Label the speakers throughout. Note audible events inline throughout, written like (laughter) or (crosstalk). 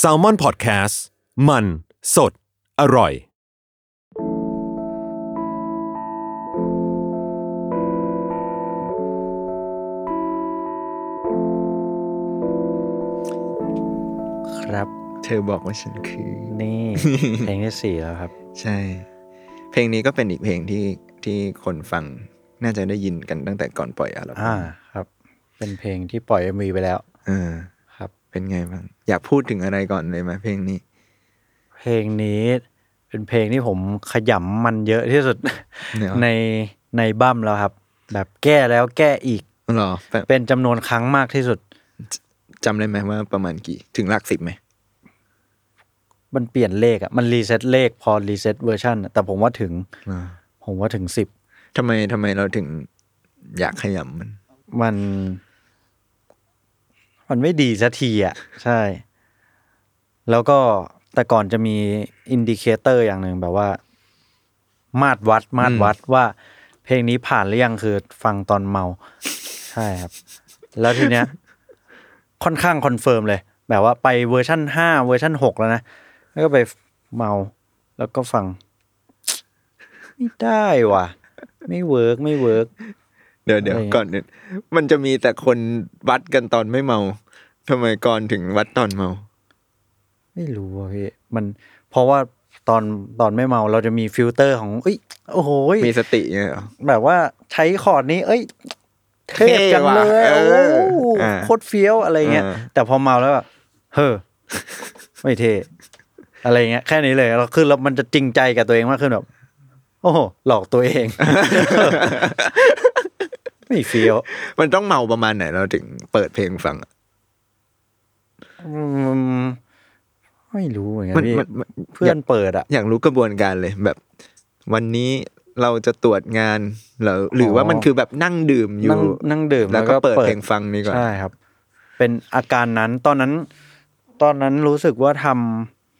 Speaker 1: s a l ม o n PODCAST มันสดอร่อย
Speaker 2: ครับ
Speaker 3: เธอบอกว่าฉันคือ
Speaker 2: นี่ เพลงที่สี่แล้วครับ
Speaker 3: ใช่ เพลงนี้ก็เป็นอีกเพลงที่ที่คนฟังน่าจะได้ยินกันตั้งแต่ก่อนปล่อยอัลบั้
Speaker 2: อ่าม ครับ เป็นเพลงที่ปล่อยเอ็มวีไปแล้ว
Speaker 3: เออ
Speaker 2: ครับ
Speaker 3: เป็นไงบ้าง อยากพูดถึงอะไรก่อนเลยไหมเพลงนี้
Speaker 2: เพลงนี้เป็นเพลงที่ผมขยำมันเยอะที่สุด
Speaker 3: เนี่ย
Speaker 2: ในในบั้มแล้วครับ แบบแก้แล้วแก้อีก
Speaker 3: หรอแป๊บ
Speaker 2: เป็นจำนวนครั้งมากที่สุด
Speaker 3: จำได้ไหมว่าประมาณกี่ ถึงหลักสิบไหม
Speaker 2: มันเปลี่ยนเลขอะมันรีเซ็ตเลขพอรีเซ็ตเวอร์ชันแต่ผมว่าถึง
Speaker 3: หรอ
Speaker 2: ผมว่าถึงสิบ
Speaker 3: ทำไมทำไมเราถึงอยากขยำมัน
Speaker 2: มัน มันไม่ดีสักทีอะใช่ แล้วก็แต่ก่อนจะมีอินดิเคเตอร์อย่างหนึ่งแบบว่า มาตรวัด มาตรวัดว่า เพลงนี้ผ่านหรือยังคือฟังตอนเมา ใช่ครับ แล้วทีเนี้ย ค่อนข้างคอนเฟิร์มเลย แบบว่าไปเวอร์ชั่นห้าเวอร์ชั่นหกแล้วนะ แล้วก็ไปเมา แล้วก็ฟัง ไม่ได้ว่ะ ไม่เวิร์กไม่เวิร์ก
Speaker 3: เดี๋ยวเดี๋ยว
Speaker 2: อะไรเงี้ย
Speaker 3: ก่อนอื่นมันจะมีแต่คนวัดกันตอนไม่เมาทำไมก่อนถึงวัดตอนเมา
Speaker 2: ไม่รู้ว่ะพี่ มันเพราะว่าตอนตอนไม่เมาเราจะมีฟิลเตอร์ของเอ้ยโอ้โหย
Speaker 3: มีสติเนี่ยเหรอ
Speaker 2: แบบว่าใช้คอร์ดนี้ เอ้ย เทพจัง
Speaker 3: เท่ว่ะ
Speaker 2: เลย
Speaker 3: เอ
Speaker 2: โอ้
Speaker 3: อ
Speaker 2: โห
Speaker 3: อ่า
Speaker 2: โคตรเฟี้ยวอะไรเงี้ย
Speaker 3: อ่า
Speaker 2: แต่พอเมาแล้วแบบเฮ้อ (laughs) ไม่เท่อะไรเงี้ยแค่นี้เลยเราคือเรามันจะจริงใจกับตัวเองมากขึ้นแบบโอ้โหหลอกตัวเอง (laughs) ไม่เฟี้ยว
Speaker 3: มันต้องเมาประมาณไหนเราถึงเปิดเพลงฟังอะ
Speaker 2: อืมไม่รู้เหมือนกัน
Speaker 3: มัน
Speaker 2: พี่
Speaker 3: มันมัน
Speaker 2: เพื่อนเปิดอะ
Speaker 3: อยากรู้กระบวนการเลยแบบ วันนี้เราจะตรวจงานหรือหรือว่ามันคือแบบนั่งดื่มอยู่
Speaker 2: นั่งนั่งดื่ม
Speaker 3: แล้วก็เปิดเพลงฟังนี่ก่อน
Speaker 2: ใช่ครับ เป็นอาการนั้นตอนนั้น ตอนนั้นรู้สึกว่าท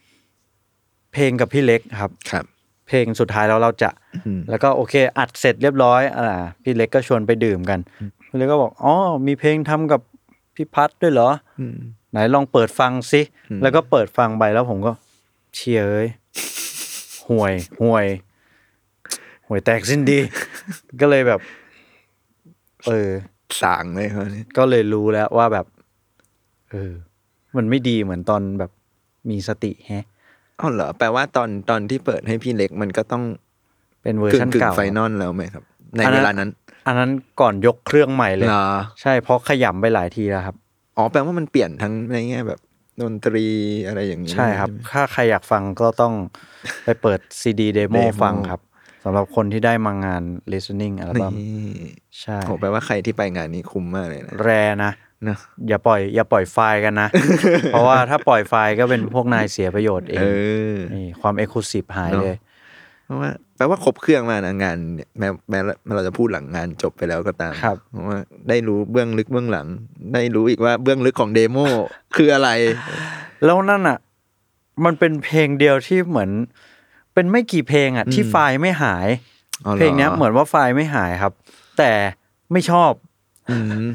Speaker 2: ำเพลงกับพี่เล็กครับ
Speaker 3: ครับ
Speaker 2: เพลงสุดท้ายแล้วเราจะ
Speaker 3: อืม
Speaker 2: แล้วก็โอเค อัดเสร็จเรียบร้อยอ่าพี่เล็กก็ชวนไปดื่มกันพี่เล็กก็บอกอ๋อมีเพลงทำกับพี่พัดด้วยเหรอ
Speaker 3: อืม
Speaker 2: ไหนลองเปิดฟังสิ
Speaker 3: อืม
Speaker 2: แล้วก็เปิดฟังไปแล้วผมก็ เชียเอ้ยห่วยห่วยห่วยแตกสิ้
Speaker 3: (laughs)
Speaker 2: นดี ก็เลยแบบ เออ
Speaker 3: สางเลยเขาเนี่ย
Speaker 2: ก็เลยรู้แล้วว่าแบบ เออ มันไม่ดีเหมือนตอนแบบมีสติแฮะ
Speaker 3: อ้าวเหรอแปลว่าตอนตอนที่เปิดให้พี่เล็กมันก็ต้อง
Speaker 2: เป็นเวอร์
Speaker 3: กึ่
Speaker 2: ชั
Speaker 3: ง
Speaker 2: น
Speaker 3: กึ่ง
Speaker 2: เก่า
Speaker 3: ไฟนอลแล้วไหมครับ ใน
Speaker 2: อันนั้
Speaker 3: เวน ลานั้น
Speaker 2: อันนั้นก่อนยกเครื่องใหม่เลย
Speaker 3: เหรอ
Speaker 2: ใช่เพราะขยำไปหลายทีแล้วครับ
Speaker 3: อ๋อแปลว่ามันเปลี่ยนทั้งในแง่แบบดนตรีอะไรอย่างนี้
Speaker 2: ใช่ครับ
Speaker 3: ไหม
Speaker 2: ถ้าใครอยากฟังก็ต้องไปเปิดซีดีเดโม
Speaker 3: Demo
Speaker 2: ฟังครับสำหรับคนที่ได้มางาน listening อัลบั้ม
Speaker 3: นี่
Speaker 2: ใช่
Speaker 3: โหแปลว่าใครที่ไปงานนี้คุ้มมากเลยนะ
Speaker 2: แรนะ
Speaker 3: เนอะ
Speaker 2: อย่าปล่อย อย่าปล่อยไฟล์
Speaker 3: (laughs)
Speaker 2: กันนะ เพราะว่าถ้าปล่อยไฟล์ก็เป็นพวกนายเสียประโยชน์เอ
Speaker 3: เอง อ
Speaker 2: นี่ความเอกลูซีฟหาย
Speaker 3: เนอะ
Speaker 2: เลย
Speaker 3: เพราะว่าแปลว่าครบเครื่องมากนะงานเนี่ยแม้แม้เราจะพูดหลังงานจบไปแล้วก็ตาม
Speaker 2: ครับ
Speaker 3: เพราะว่าได้รู้เบื้องลึกเบื้องหลัง ได้รู้อีกว่าเบื้องลึกของเด
Speaker 2: (laughs)
Speaker 3: โม คืออะไร
Speaker 2: แล้วนั่นอ่ะ มันเป็นเพลงเดียวที่เหมือน เป็นไม่กี่เพลงอ่ะ ที่ไฟล์ไม่หาย
Speaker 3: อ๋อรอ
Speaker 2: เพลงเนี้ยเหมือนว่าไฟล์ไม่หายครับ แต่ไม่ชอบ
Speaker 3: อืม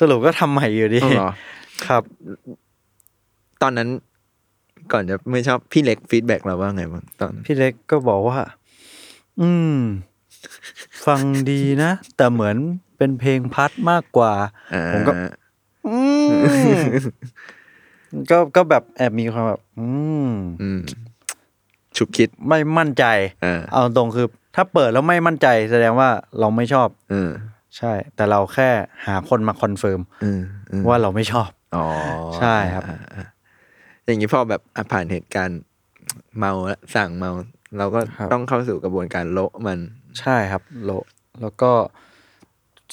Speaker 2: สรุปก็ทำใหม่อยู่ดี
Speaker 3: อ๋อเหรอ
Speaker 2: ครับ
Speaker 3: ตอนนั้นก่อนจะไม่ชอบพี่เล็กฟีดแบ็กเราว่าไงบ้างตอน
Speaker 2: พี่เล็กก็บอกว่า อืม ฟังดีนะ แต่เหมือนเป็นเพลงพัดมากกว่า
Speaker 3: อ่า
Speaker 2: ผมก็ อืม (laughs) ก็ก็แบบแอบมีความแบบ อืม
Speaker 3: อืมฉุกคิด
Speaker 2: ไม่มั่นใจ
Speaker 3: อ่า
Speaker 2: เอาตรงคือ ถ้าเปิดแล้วไม่มั่นใจ แสดงว่าเราไม่ชอบ
Speaker 3: เออ
Speaker 2: ใช่ แต่เราแค่หาคนมาคอนเฟิร์ม
Speaker 3: เออเออ
Speaker 2: ว่าเราไม่ชอบ
Speaker 3: อ๋อ
Speaker 2: ใช่ครับ
Speaker 3: อ่าอ่าอย่างนี้พอแบบอ่ะผ่านเหตุการณ์เมาละสั่งเมา เราก็ต้องเข้าสู่กระบวนการโละมัน
Speaker 2: ใช่ครับโลแล้วก็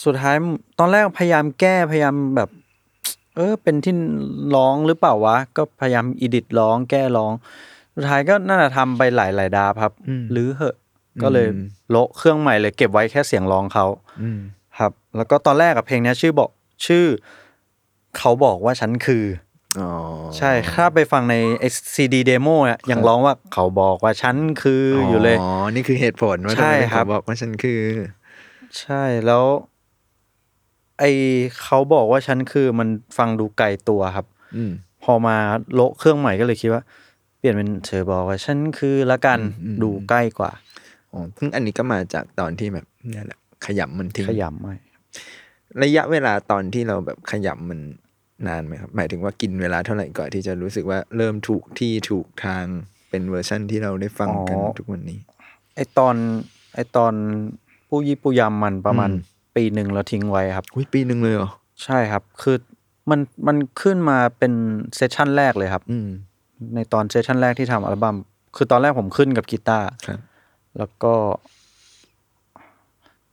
Speaker 2: สุดท้ายตอนแรกพยายามแก้พยายามแบบ เออ เป็นที่ร้องหรือเปล่าวะ ก็พยายามอิดิตร้องแก้ร้อง สุดท้ายก็น่าจะทำไปหลายหลายๆดาบครับ
Speaker 3: อืม
Speaker 2: หรือเหอะ ก็เลย
Speaker 3: อืม
Speaker 2: โละเครื่องใหม่เลยเก็บไว้แค่เสียงร้องเขา
Speaker 3: อืม
Speaker 2: ครับ แล้วก็ตอนแรกกับเพลงเนี้ยชื่อบอกชื่อ เขาบอกว่าฉันคือ
Speaker 3: อ๋อ
Speaker 2: ใช่ถ้าไปฟังในซีดีเดโมเนี่ยยังร้องว่าเขาบอกว่าฉันคืออยู่เลย
Speaker 3: อ๋อ นี่คือเหตุผลว่าทำ
Speaker 2: ใช่
Speaker 3: ไมถึง
Speaker 2: ครับ
Speaker 3: บอกว่าฉันคือ
Speaker 2: ใช่แล้ว ไอเขาบอกว่าฉันคือมันฟังดูไกลตัวครับ
Speaker 3: อืม
Speaker 2: พอมาโละเครื่องใหม่ก็เลยคิดว่า เปลี่ยนเป็นเธอบอกว่าฉันคือละกัน
Speaker 3: อืม
Speaker 2: ดูใกล้กว่า
Speaker 3: อ๋อซึ่งอันนี้ก็มาจากตอนที่แบบเนี่ยแหละขยำมันทิ้ง
Speaker 2: ขยำไม่
Speaker 3: ระยะเวลาตอนที่เราแบบขยำมันนานไหมครับ หมายถึงว่ากินเวลาเท่าไหร่ก่อนที่จะรู้สึกว่าเริ่มถูกที่ถูกทางเป็นเวอร์ชั่นที่เราได้ฟังกันทุกวันนี้
Speaker 2: ไอตอนไอตอนปู้ยี่ปูยำมันประมาณ
Speaker 3: อืม
Speaker 2: ปีหนึ่งเราทิ้งไว้ครับ
Speaker 3: อุ้ยปีหนึ่งเลยเหรอ
Speaker 2: ใช่ครับ คือมันมันขึ้นมาเป็นเซสชั่นแรกเลยครับ
Speaker 3: อืม
Speaker 2: ในตอนเซสชั่นแรกที่ทำอัลบัม้มคือตอนแรกผมขึ้นกับกีตาร์
Speaker 3: ครับ
Speaker 2: แล้วก็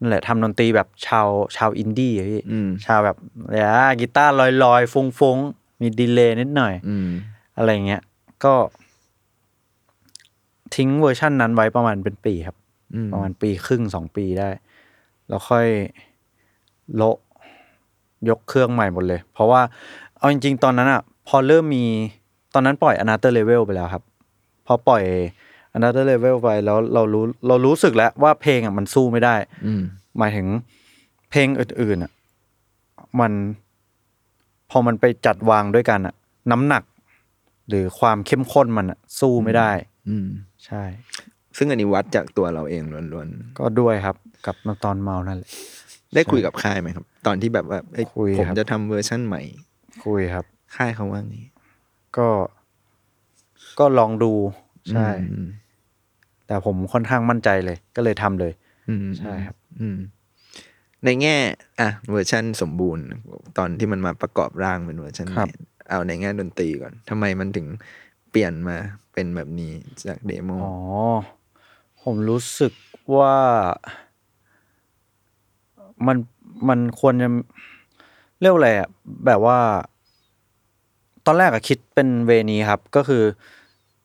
Speaker 2: นั่นแหละทำดนตรีแบบชาวชาวอินดี้อะพี่
Speaker 3: อืม
Speaker 2: ชาวแบบเนี่ยกีตาร์ลอยลอยฟงฟงๆ มีดีเลย์นิดหน่อย
Speaker 3: อืม
Speaker 2: อะไรเงี้ย ก็ ทิ้งเวอร์ชั่นนั้นไว้ประมาณเป็นปีครับ
Speaker 3: อืม
Speaker 2: ประมาณปีครึ่งสองปีได้ แล้วค่อยโละยกเครื่องใหม่หมดเลย เพราะว่าเอาจริง ๆ ตอนนั้นอะพอเริ่มมีตอนนั้นปล่อย another level ไปแล้วครับ พอปล่อย another level ไปแล้วเรารู้เรารู้สึกแล้วว่าเพลงอะมันสู้ไม่ได้
Speaker 3: อืม
Speaker 2: หมายถึงเพลงอื่นๆอะมัน พอมันไปจัดวางด้วยกันอะน้ำหนัก หรือความเข้มข้นมันอะสู้ไม่ได้
Speaker 3: อืม
Speaker 2: ใช่
Speaker 3: ซึ่งอันนี้วัดจากตัวเราเองล้วน
Speaker 2: ก็ด้วยครับ กับตอนเมานั่นแหละ
Speaker 3: ๆ ได้คุยกับค่ายไหมครับ ตอนที่แบบว่าเอ้ย
Speaker 2: คุยครับ
Speaker 3: ผมจะทำเวอร์ชั่นใหม่
Speaker 2: คุยครับ
Speaker 3: ค่ายเขาว่างี้
Speaker 2: ก็ก็ลองดูใช่
Speaker 3: อืม
Speaker 2: แต่ผมค่อนข้างมั่นใจเลย ก็เลยทำเลย
Speaker 3: อืม
Speaker 2: ใช่ครับ
Speaker 3: อืม ในแง่อ่ะเวอร์ชั่นสมบูรณ์ ตอนที่มันมาประกอบร่างเป็นเวอร์ชัน
Speaker 2: ครับ
Speaker 3: เนี่ยเอาในแง่ดนตรีก่อนทำไมมันถึงเปลี่ยนมาเป็นแบบนี้จากเดโม
Speaker 2: อ๋อ ผมรู้สึกว่ามันมันควรจะเรียกว่าอะไรอ่ะแบบว่า ตอนแรกอะคิดเป็นเวนี้ครับ ก็คือ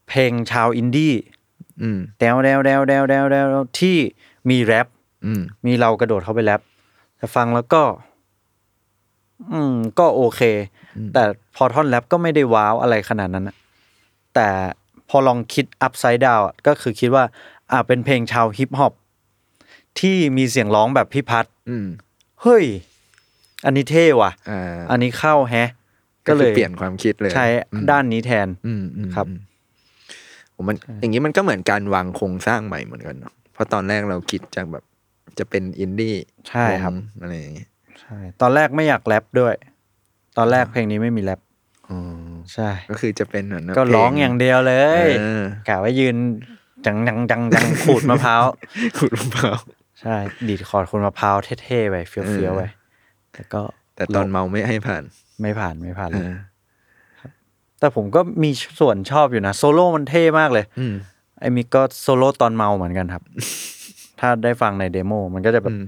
Speaker 2: เพลงชาวอินดี้
Speaker 3: อืม
Speaker 2: แดวแดวแดวแดวแดวแดวที่มีแรป
Speaker 3: อืม
Speaker 2: มีเรากระโดดเข้าไปแรปแต่ฟังแล้วก็ อืม ก็โอเค
Speaker 3: อืม
Speaker 2: แต่พอท่อนแรปก็ไม่ได้ว้าวอะไรขนาดนั้นนะแต่พอลองคิด upside down อะก็คือคิดว่า อ่าเป็นเพลงชาวฮิปฮอปที่มีเสียงร้องแบบพี่พัด
Speaker 3: อืม
Speaker 2: เฮ้ย อันนี้เท่ว่ะ
Speaker 3: อ่า
Speaker 2: อันนี้เข้าแฮะ
Speaker 3: ก็
Speaker 2: ก็
Speaker 3: เล
Speaker 2: เลย ย
Speaker 3: เปลี่ยนความคิดเลย
Speaker 2: ใช้
Speaker 3: อืม
Speaker 2: ด้านนี้แทน
Speaker 3: อืมอืม
Speaker 2: ครับ
Speaker 3: อืมผมมันอย่างนี้มันก็เหมือนการวางโครงสร้างใหม่เหมือนกันเนาะเพราะตอนแรกเราคิดจากแบบจะเป็นอินดี้
Speaker 2: ใช่ครับ
Speaker 3: วงอะไรอย่างเงี้ย
Speaker 2: ใช่ตอนแรกไม่อยากแรปด้วย ตอนแรกเพลงนี้ไม่มีแรป
Speaker 3: อ๋อ
Speaker 2: ใช่
Speaker 3: ก็คือจะเป็นเหมือน
Speaker 2: ก็ร้องอย่างเดียวเล
Speaker 3: เอย อก
Speaker 2: ะว่ายืนจังจังจังจัง ขูดมะพร้าว (laughs)
Speaker 3: ขูดมะพร้าว
Speaker 2: ใช่ดีดคอร์ดคนมะพร้าวเท่ๆไปเฟี้ยวๆไปแต่ก็
Speaker 3: แต่ตอนเมาไม่ให้ผ่าน
Speaker 2: ไม่ผ่านไม่ผ่าน
Speaker 3: เอ
Speaker 2: เลย
Speaker 3: อ
Speaker 2: แต่ผมก็มีส่วนชอบอยู่นะ โซโล่มันเท่มากเลย
Speaker 3: อืม
Speaker 2: ไอ้มิกก็โซโล่ตอนเมาเหมือนกันครับ (laughs) ถ้าได้ฟังในเดโมมันก็จะแบบ
Speaker 3: อืม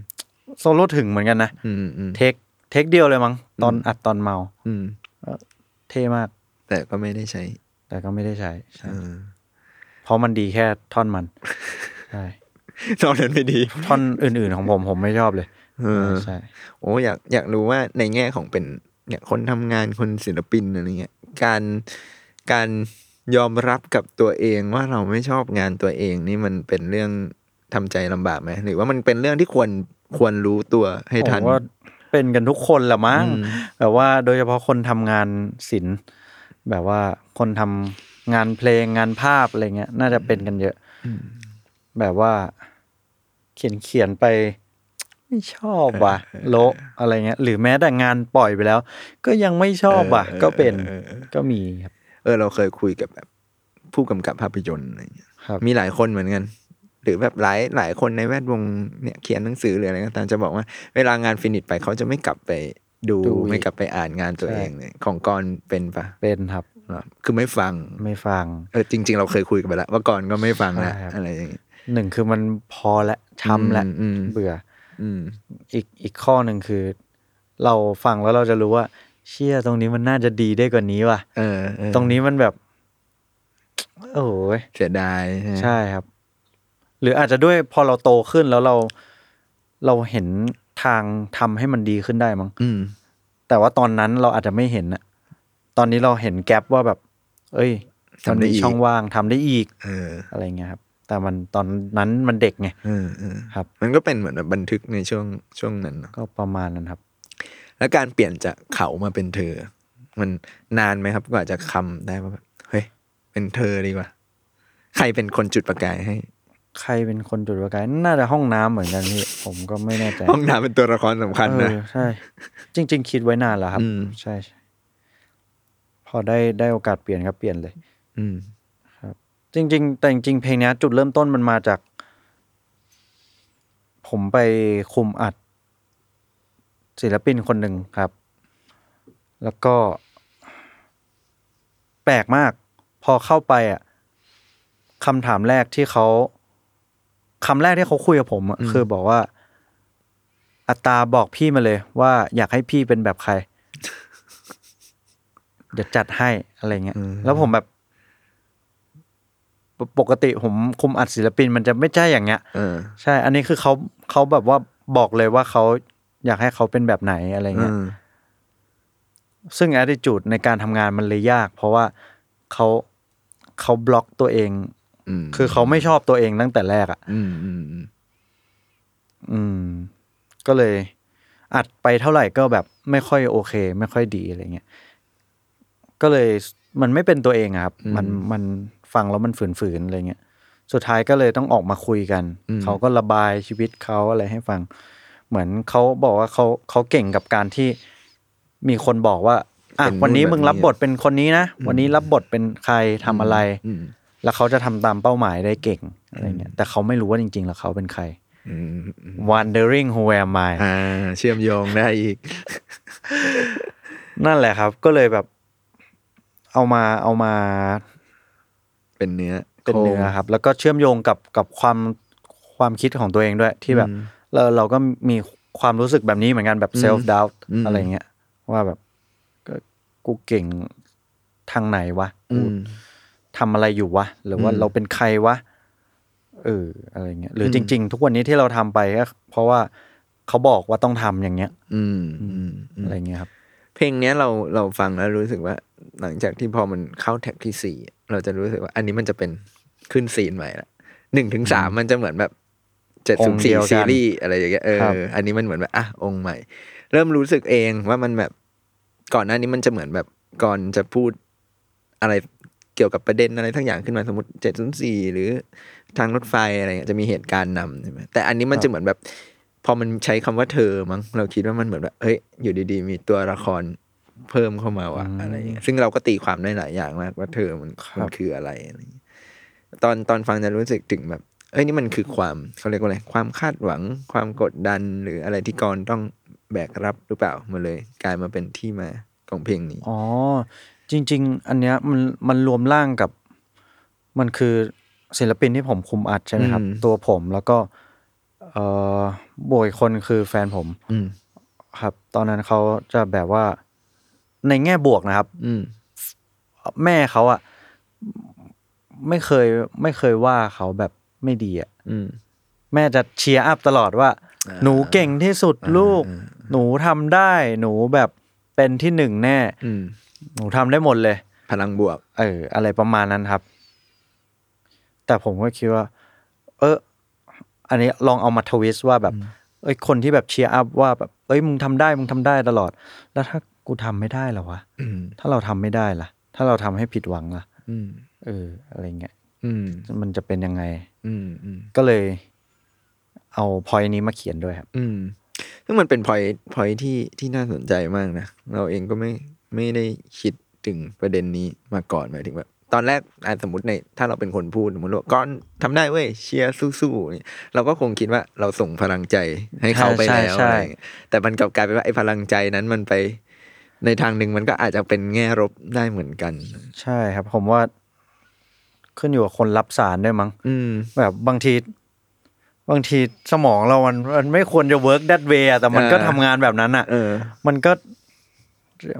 Speaker 2: โซโล่ถึงเหมือนกันนะ
Speaker 3: อืมอืม
Speaker 2: เทคเทคเดียวเลยมั้งตอนอัดตอนเมา
Speaker 3: อืม
Speaker 2: เท่มาก
Speaker 3: แต่ก็ไม่ได้ใช้
Speaker 2: แต่ก็ไม่ได้ใช้ใช่
Speaker 3: เออ
Speaker 2: เพราะมันดีแค่ท่อน
Speaker 3: (laughs)
Speaker 2: มันใช่
Speaker 3: ตอนนั้นไม่ดี
Speaker 2: ท่อนอื่นๆของผมผมไม่ชอบเลย
Speaker 3: เออ
Speaker 2: ใช่
Speaker 3: โอ้อยากอยากรู้ว่าในแง่ของเป็นเนี่ยคนทำงานคนศิลปินอะไรเงี้ยการการยอมรับกับตัวเองว่าเราไม่ชอบงานตัวเองนี่มันเป็นเรื่องทำใจลำบากไหมหรือว่ามันเป็นเรื่องที่ควรควรรู้ตัวให้ทัน
Speaker 2: ผมว่าเป็นกันทุกคนแหละมั้ง
Speaker 3: อืม
Speaker 2: แบบว่าโดยเฉพาะคนทำงานศิลป์แบบว่าคนทำงานเพลงงานภาพอะไรเงี้ย น่าจะเป็นกันเยอะแบบว่า เขียนเขียนไป ไม่ชอบว่ะโละอะไรเงี้ย หรือแม้แต่งานปล่อยไปแล้ว ก็ยังไม่ชอบว่ะ ก็เป็นก็มีครับ
Speaker 3: เออเราเคยคุยกับแบบผู้กำกับภาพยนตร์อะไรเงี้ย
Speaker 2: ครับ
Speaker 3: มีหลายคนเหมือนกัน หรือแบบหลายหลายคนในแวดวงเนี่ยเขียนหนังสือหรืออะไรก็ตามจะบอกว่า เวลางานฟินิชไปเขาจะไม่กลับไปดู
Speaker 2: ดูอีก
Speaker 3: ไม่กลับไปอ่านงานตัว
Speaker 2: ใช่
Speaker 3: เองเลยของกรณ์เป็นปะ
Speaker 2: เป็นครับ
Speaker 3: เหรอคือไม่ฟัง
Speaker 2: ไม่ฟัง
Speaker 3: เออจริง ๆ เราเคยคุยกันไปแล้วว่ากรณ์ก็ไม่ฟังนะ
Speaker 2: ใช่ครับ
Speaker 3: อะไรอย่างเงี้ย
Speaker 2: หนึ่งคือมันพอและช้ำและ
Speaker 3: อืมอืม
Speaker 2: เบื่อ
Speaker 3: อืม
Speaker 2: อีกอีกข้อหนึ่งคือ เราฟังแล้วเราจะรู้ว่า เชี่ยตรงนี้มันน่าจะดีได้กว่านี้ว่ะ
Speaker 3: เออเออ
Speaker 2: ตรงนี้มันแบบ โอ้ย
Speaker 3: เสียดายไหม
Speaker 2: ใช่ครับ หรืออาจจะด้วยพอเราโตขึ้นแล้วเราเราเห็นทางทำให้มันดีขึ้นได้มั้ง
Speaker 3: อืม
Speaker 2: แต่ว่าตอนนั้นเราอาจจะไม่เห็นอะตอนนี้เราเห็นแกลบว่าแบบ เอ้ยมัน
Speaker 3: ทำได้
Speaker 2: มี
Speaker 3: อีก
Speaker 2: ช่องว่างทำได้อีก
Speaker 3: เออ
Speaker 2: อะไรเงี้ยครับ แต่มันตอนนั้นมันเด็กไง
Speaker 3: เออเออ
Speaker 2: ครับ
Speaker 3: มันก็เป็นเหมือนแบบบันทึกในช่วงช่วงนั้นเนอะ
Speaker 2: ก็ประมาณนั้นครับ
Speaker 3: แล้วการเปลี่ยนจากเขามาเป็นเธอ มันนานไหมครับ กว่าจะคำได้ว่าแบบเฮ้ย เป็นเธอดีกว่า ใครเป็นคนจุดประกายให้
Speaker 2: ใครเป็นคนจุดประกายน่าจะห้องน้ำเหมือนกันพี่ ผมก็ไม่แน่ใจ
Speaker 3: ห้องน้ำเป็นตัวละครสำคัญนะ
Speaker 2: เออใช่ จริง ๆ คิดไว้นานแล้วครับ
Speaker 3: อืม
Speaker 2: ใช่ใช่พอได้ได้โอกาสเปลี่ยนก็เปลี่ยนเลย
Speaker 3: อืม
Speaker 2: จริง ๆ แต่จริงๆเพลงเนี้ยจุดเริ่มต้นมันมาจาก ผมไปคุมอัด ศิลปินคนหนึ่งครับ แล้วก็ แปลกมาก พอเข้าไปอ่ะคำถามแรกที่เขาคำแรกที่เขาคุยกับผมอะ
Speaker 3: อืม
Speaker 2: คือบอกว่า อัตราบอกพี่มาเลย ว่าอยากให้พี่เป็นแบบใคร (laughs) เดี๋ยวจัดให้อะไรเงี้ย
Speaker 3: อืม
Speaker 2: แล้วผมแบบ ปปกติผมคุมอัดศิลปินมันจะไม่ใช่อย่างเงี้ย
Speaker 3: เออ
Speaker 2: ใช่ อันนี้คือเขาเขาแบบว่าบอกเลยว่าเขาอยากให้เขาเป็นแบบไหนอะไร
Speaker 3: เอ
Speaker 2: เงี้ย
Speaker 3: อ
Speaker 2: ซึ่ง attitude ในการทำงานมันเลยยาก เพราะว่าเขาเขาบล็อกตัวเอง
Speaker 3: อืม
Speaker 2: คือเขาไม่ชอบตัวเองตั้งแต่แรกอ่ะ
Speaker 3: อืมอืมอืม
Speaker 2: อืม ก็เลย อัดไปเท่าไหร่ก็แบบไม่ค่อยโอเค ไม่ค่อยดีอะไรเงี้ย ก็เลยมันไม่เป็นตัวเองอะครับ มันมันฟังแล้วมันฝืนๆอะไรเงี้ย สุดท้ายก็เลยต้องออกมาคุยกัน เขาก็ระบายชีวิตเขาอะไรให้ฟัง เหมือนเขาบอกว่าเขาเขาเก่งกับการที่มีคนบอกว่าอ่ะวันนี้มึงรับบทเป็นคนนี้นะ วันนี้รับบทเป็นใครทำอะไร
Speaker 3: อืม
Speaker 2: แล้วเขาจะทำตามเป้าหมายได้เก่งอะไรเงี้ย แต่เขาไม่รู้ว่าจริงๆแล้วเขาเป็นใคร
Speaker 3: อืมอืม
Speaker 2: wondering who am I
Speaker 3: อ่า เชื่อมโยงได้อีก
Speaker 2: นั่นแหละครับ ก็เลยแบบ เอามาเอามา
Speaker 3: เป็นเนื้อ
Speaker 2: เป็นเนื้อ
Speaker 3: โครง
Speaker 2: ครับ แล้วก็เชื่อมโยงกับกับความความคิดของตัวเองด้วย ที่แบบ
Speaker 3: อืม
Speaker 2: เราเราก็มีความรู้สึกแบบนี้เหมือนกันแบบ self doubt
Speaker 3: อืม
Speaker 2: อะไรเงี้ย ว่าแบบก็กูเก่งทางไหนวะ
Speaker 3: อื
Speaker 2: กู
Speaker 3: ม
Speaker 2: ทำอะไรอยู่วะ หรือว่า
Speaker 3: อืม
Speaker 2: เราเป็นใครวะเอออะไรเงี้ยหรืออ
Speaker 3: ม
Speaker 2: จริง ๆ ทุกวันนี้ที่เราทำไปก็เพราะว่าเขาบอกว่าต้องทำอย่างเงี้ย
Speaker 3: อืมอืมอืม
Speaker 2: อะไรเงี้ยครับ
Speaker 3: เพลงเนี้ยเราเราฟังแล้วรู้สึกว่า หลังจากที่พอมันเข้าแท็กที่สี่เราจะรู้สึกว่า อันนี้มันจะเป็นขึ้นซีนใหม่ละหนึ่งถึงสามมันจะเหมือนแบบเจ็ด
Speaker 2: อง
Speaker 3: ศู
Speaker 2: ค์
Speaker 3: นย์
Speaker 2: เดี
Speaker 3: สี่
Speaker 2: ยวกัน
Speaker 3: ซีรีส์อะไรอย่างเงี้ยเออ
Speaker 2: ครับ
Speaker 3: อันนี้มันเหมือนแบบอ่ะองค์ใหม่ เริ่มรู้สึกเองว่ามันแบบก่อนหน้านี้มันจะเหมือนแบบก่อนจะพูดอะไรเกี่ยวกับประเด็นอะไรทั้งอย่างขึ้นมาสมมติเจ็ดศูนย์สี่หรือทางรถไฟอะไรเงี้ยจะมีเหตุการณ์นำใช่ไหมแต่อันนี้มันจะเหมือนแบบ พอมันใช้คำว่าเธอมั้งเราคิดว่ามันเหมือนแบบเฮ้ยอยู่ดีๆ มีตัวละครเพิ่มเข้ามาว่ะอะไรอย่างเงี้ยซึ่งเราก็ตีความได้หลายอย่างมากว่าเธอมันมันคืออะไรอะไรอย่างเงี้ยตอนตอนฟังจะรู้สึกถึงแบบ เอ้ยนี่มันคือความเขาเรียกว่าอะไรความคาดหวังความกดดันหรืออะไรที่กรต้องแบกรับหรือเปล่ามาเลย กลายมาเป็นที่มาของเพลงนี้
Speaker 2: อ๋อ จริง ๆ อันเนี้ยมันมันรวมร่างกับ มันคือศิลปินที่ผมคุมอัดใช่ไหมครับ
Speaker 3: อืม
Speaker 2: ตัวผมแล้วก็ เอ่อบวยคนคือแฟนผม
Speaker 3: อืม
Speaker 2: ครับ ตอนนั้นเขาจะแบบว่าในแง่บวกนะครับ
Speaker 3: อืม
Speaker 2: แม่เขาอะไม่เคยไม่เคยว่าเขาแบบไม่ดีอะ
Speaker 3: อืม
Speaker 2: แม่จะเชียร์อัพตลอดว่า
Speaker 3: อ่า
Speaker 2: หนูเก่งที่สุดลูก หนูทำได้ หนูแบบเป็นที่หนึ่งแน่
Speaker 3: อืม
Speaker 2: หนูทำได้หมดเลย
Speaker 3: พลังบวก
Speaker 2: เอออะไรประมาณนั้นครับ แต่ผมก็คิดว่า เอออันนี้ลองเอามาทวิสต์ว่าแบบ เอ้ยคนที่แบบเชียร์อัพว่าแบบเอ้ยมึงทำได้มึงทำได้ตลอด แล้วถ้ากูทำไม่ได้ล่ะวะ
Speaker 3: อืม
Speaker 2: ถ้าเราทำไม่ได้ล่ะ ถ้าเราทำให้ผิดหวังล่ะ
Speaker 3: อืม
Speaker 2: เออ อะไรเงี้ย
Speaker 3: อืม
Speaker 2: มันจะเป็นยังไง
Speaker 3: อืมอืม
Speaker 2: ก็เลย เอาพอยนี้มาเขียนด้วยครับ
Speaker 3: อืมซึ่งมันเป็นพอยพอยที่ที่น่าสนใจมากนะ เราเองก็ไม่ไม่ได้คิดถึงประเด็นนี้มาก่อนหมายถึงแบบตอนแรกอาสมมติในถ้าเราเป็นคนพูดสมมติว่าก้อนทำได้เว้ยเชียร์สู้ๆเนี่ยเราก็คงคิดว่าเราส่งพลังใจให้เขาไป
Speaker 2: ใช่
Speaker 3: แล้ว
Speaker 2: ใช่
Speaker 3: อะไรอย่างเงี้ยแต่มันกลับกลายเป็นว่าไอ้พลังใจนั้นมันไป ในทางหนึ่งมันก็อาจจะเป็นแง่ลบได้เหมือนกัน
Speaker 2: ใช่ครับ ผมว่า ขึ้นอยู่กับคนรับสารด้วยมั้ง
Speaker 3: อืม
Speaker 2: แบบบางที บางทีสมองเรามันมันไม่ควรจะ work that way อะแต่มันก็
Speaker 3: เออ
Speaker 2: ทำงานแบบนั้นอ่ะ
Speaker 3: เออ
Speaker 2: มันก็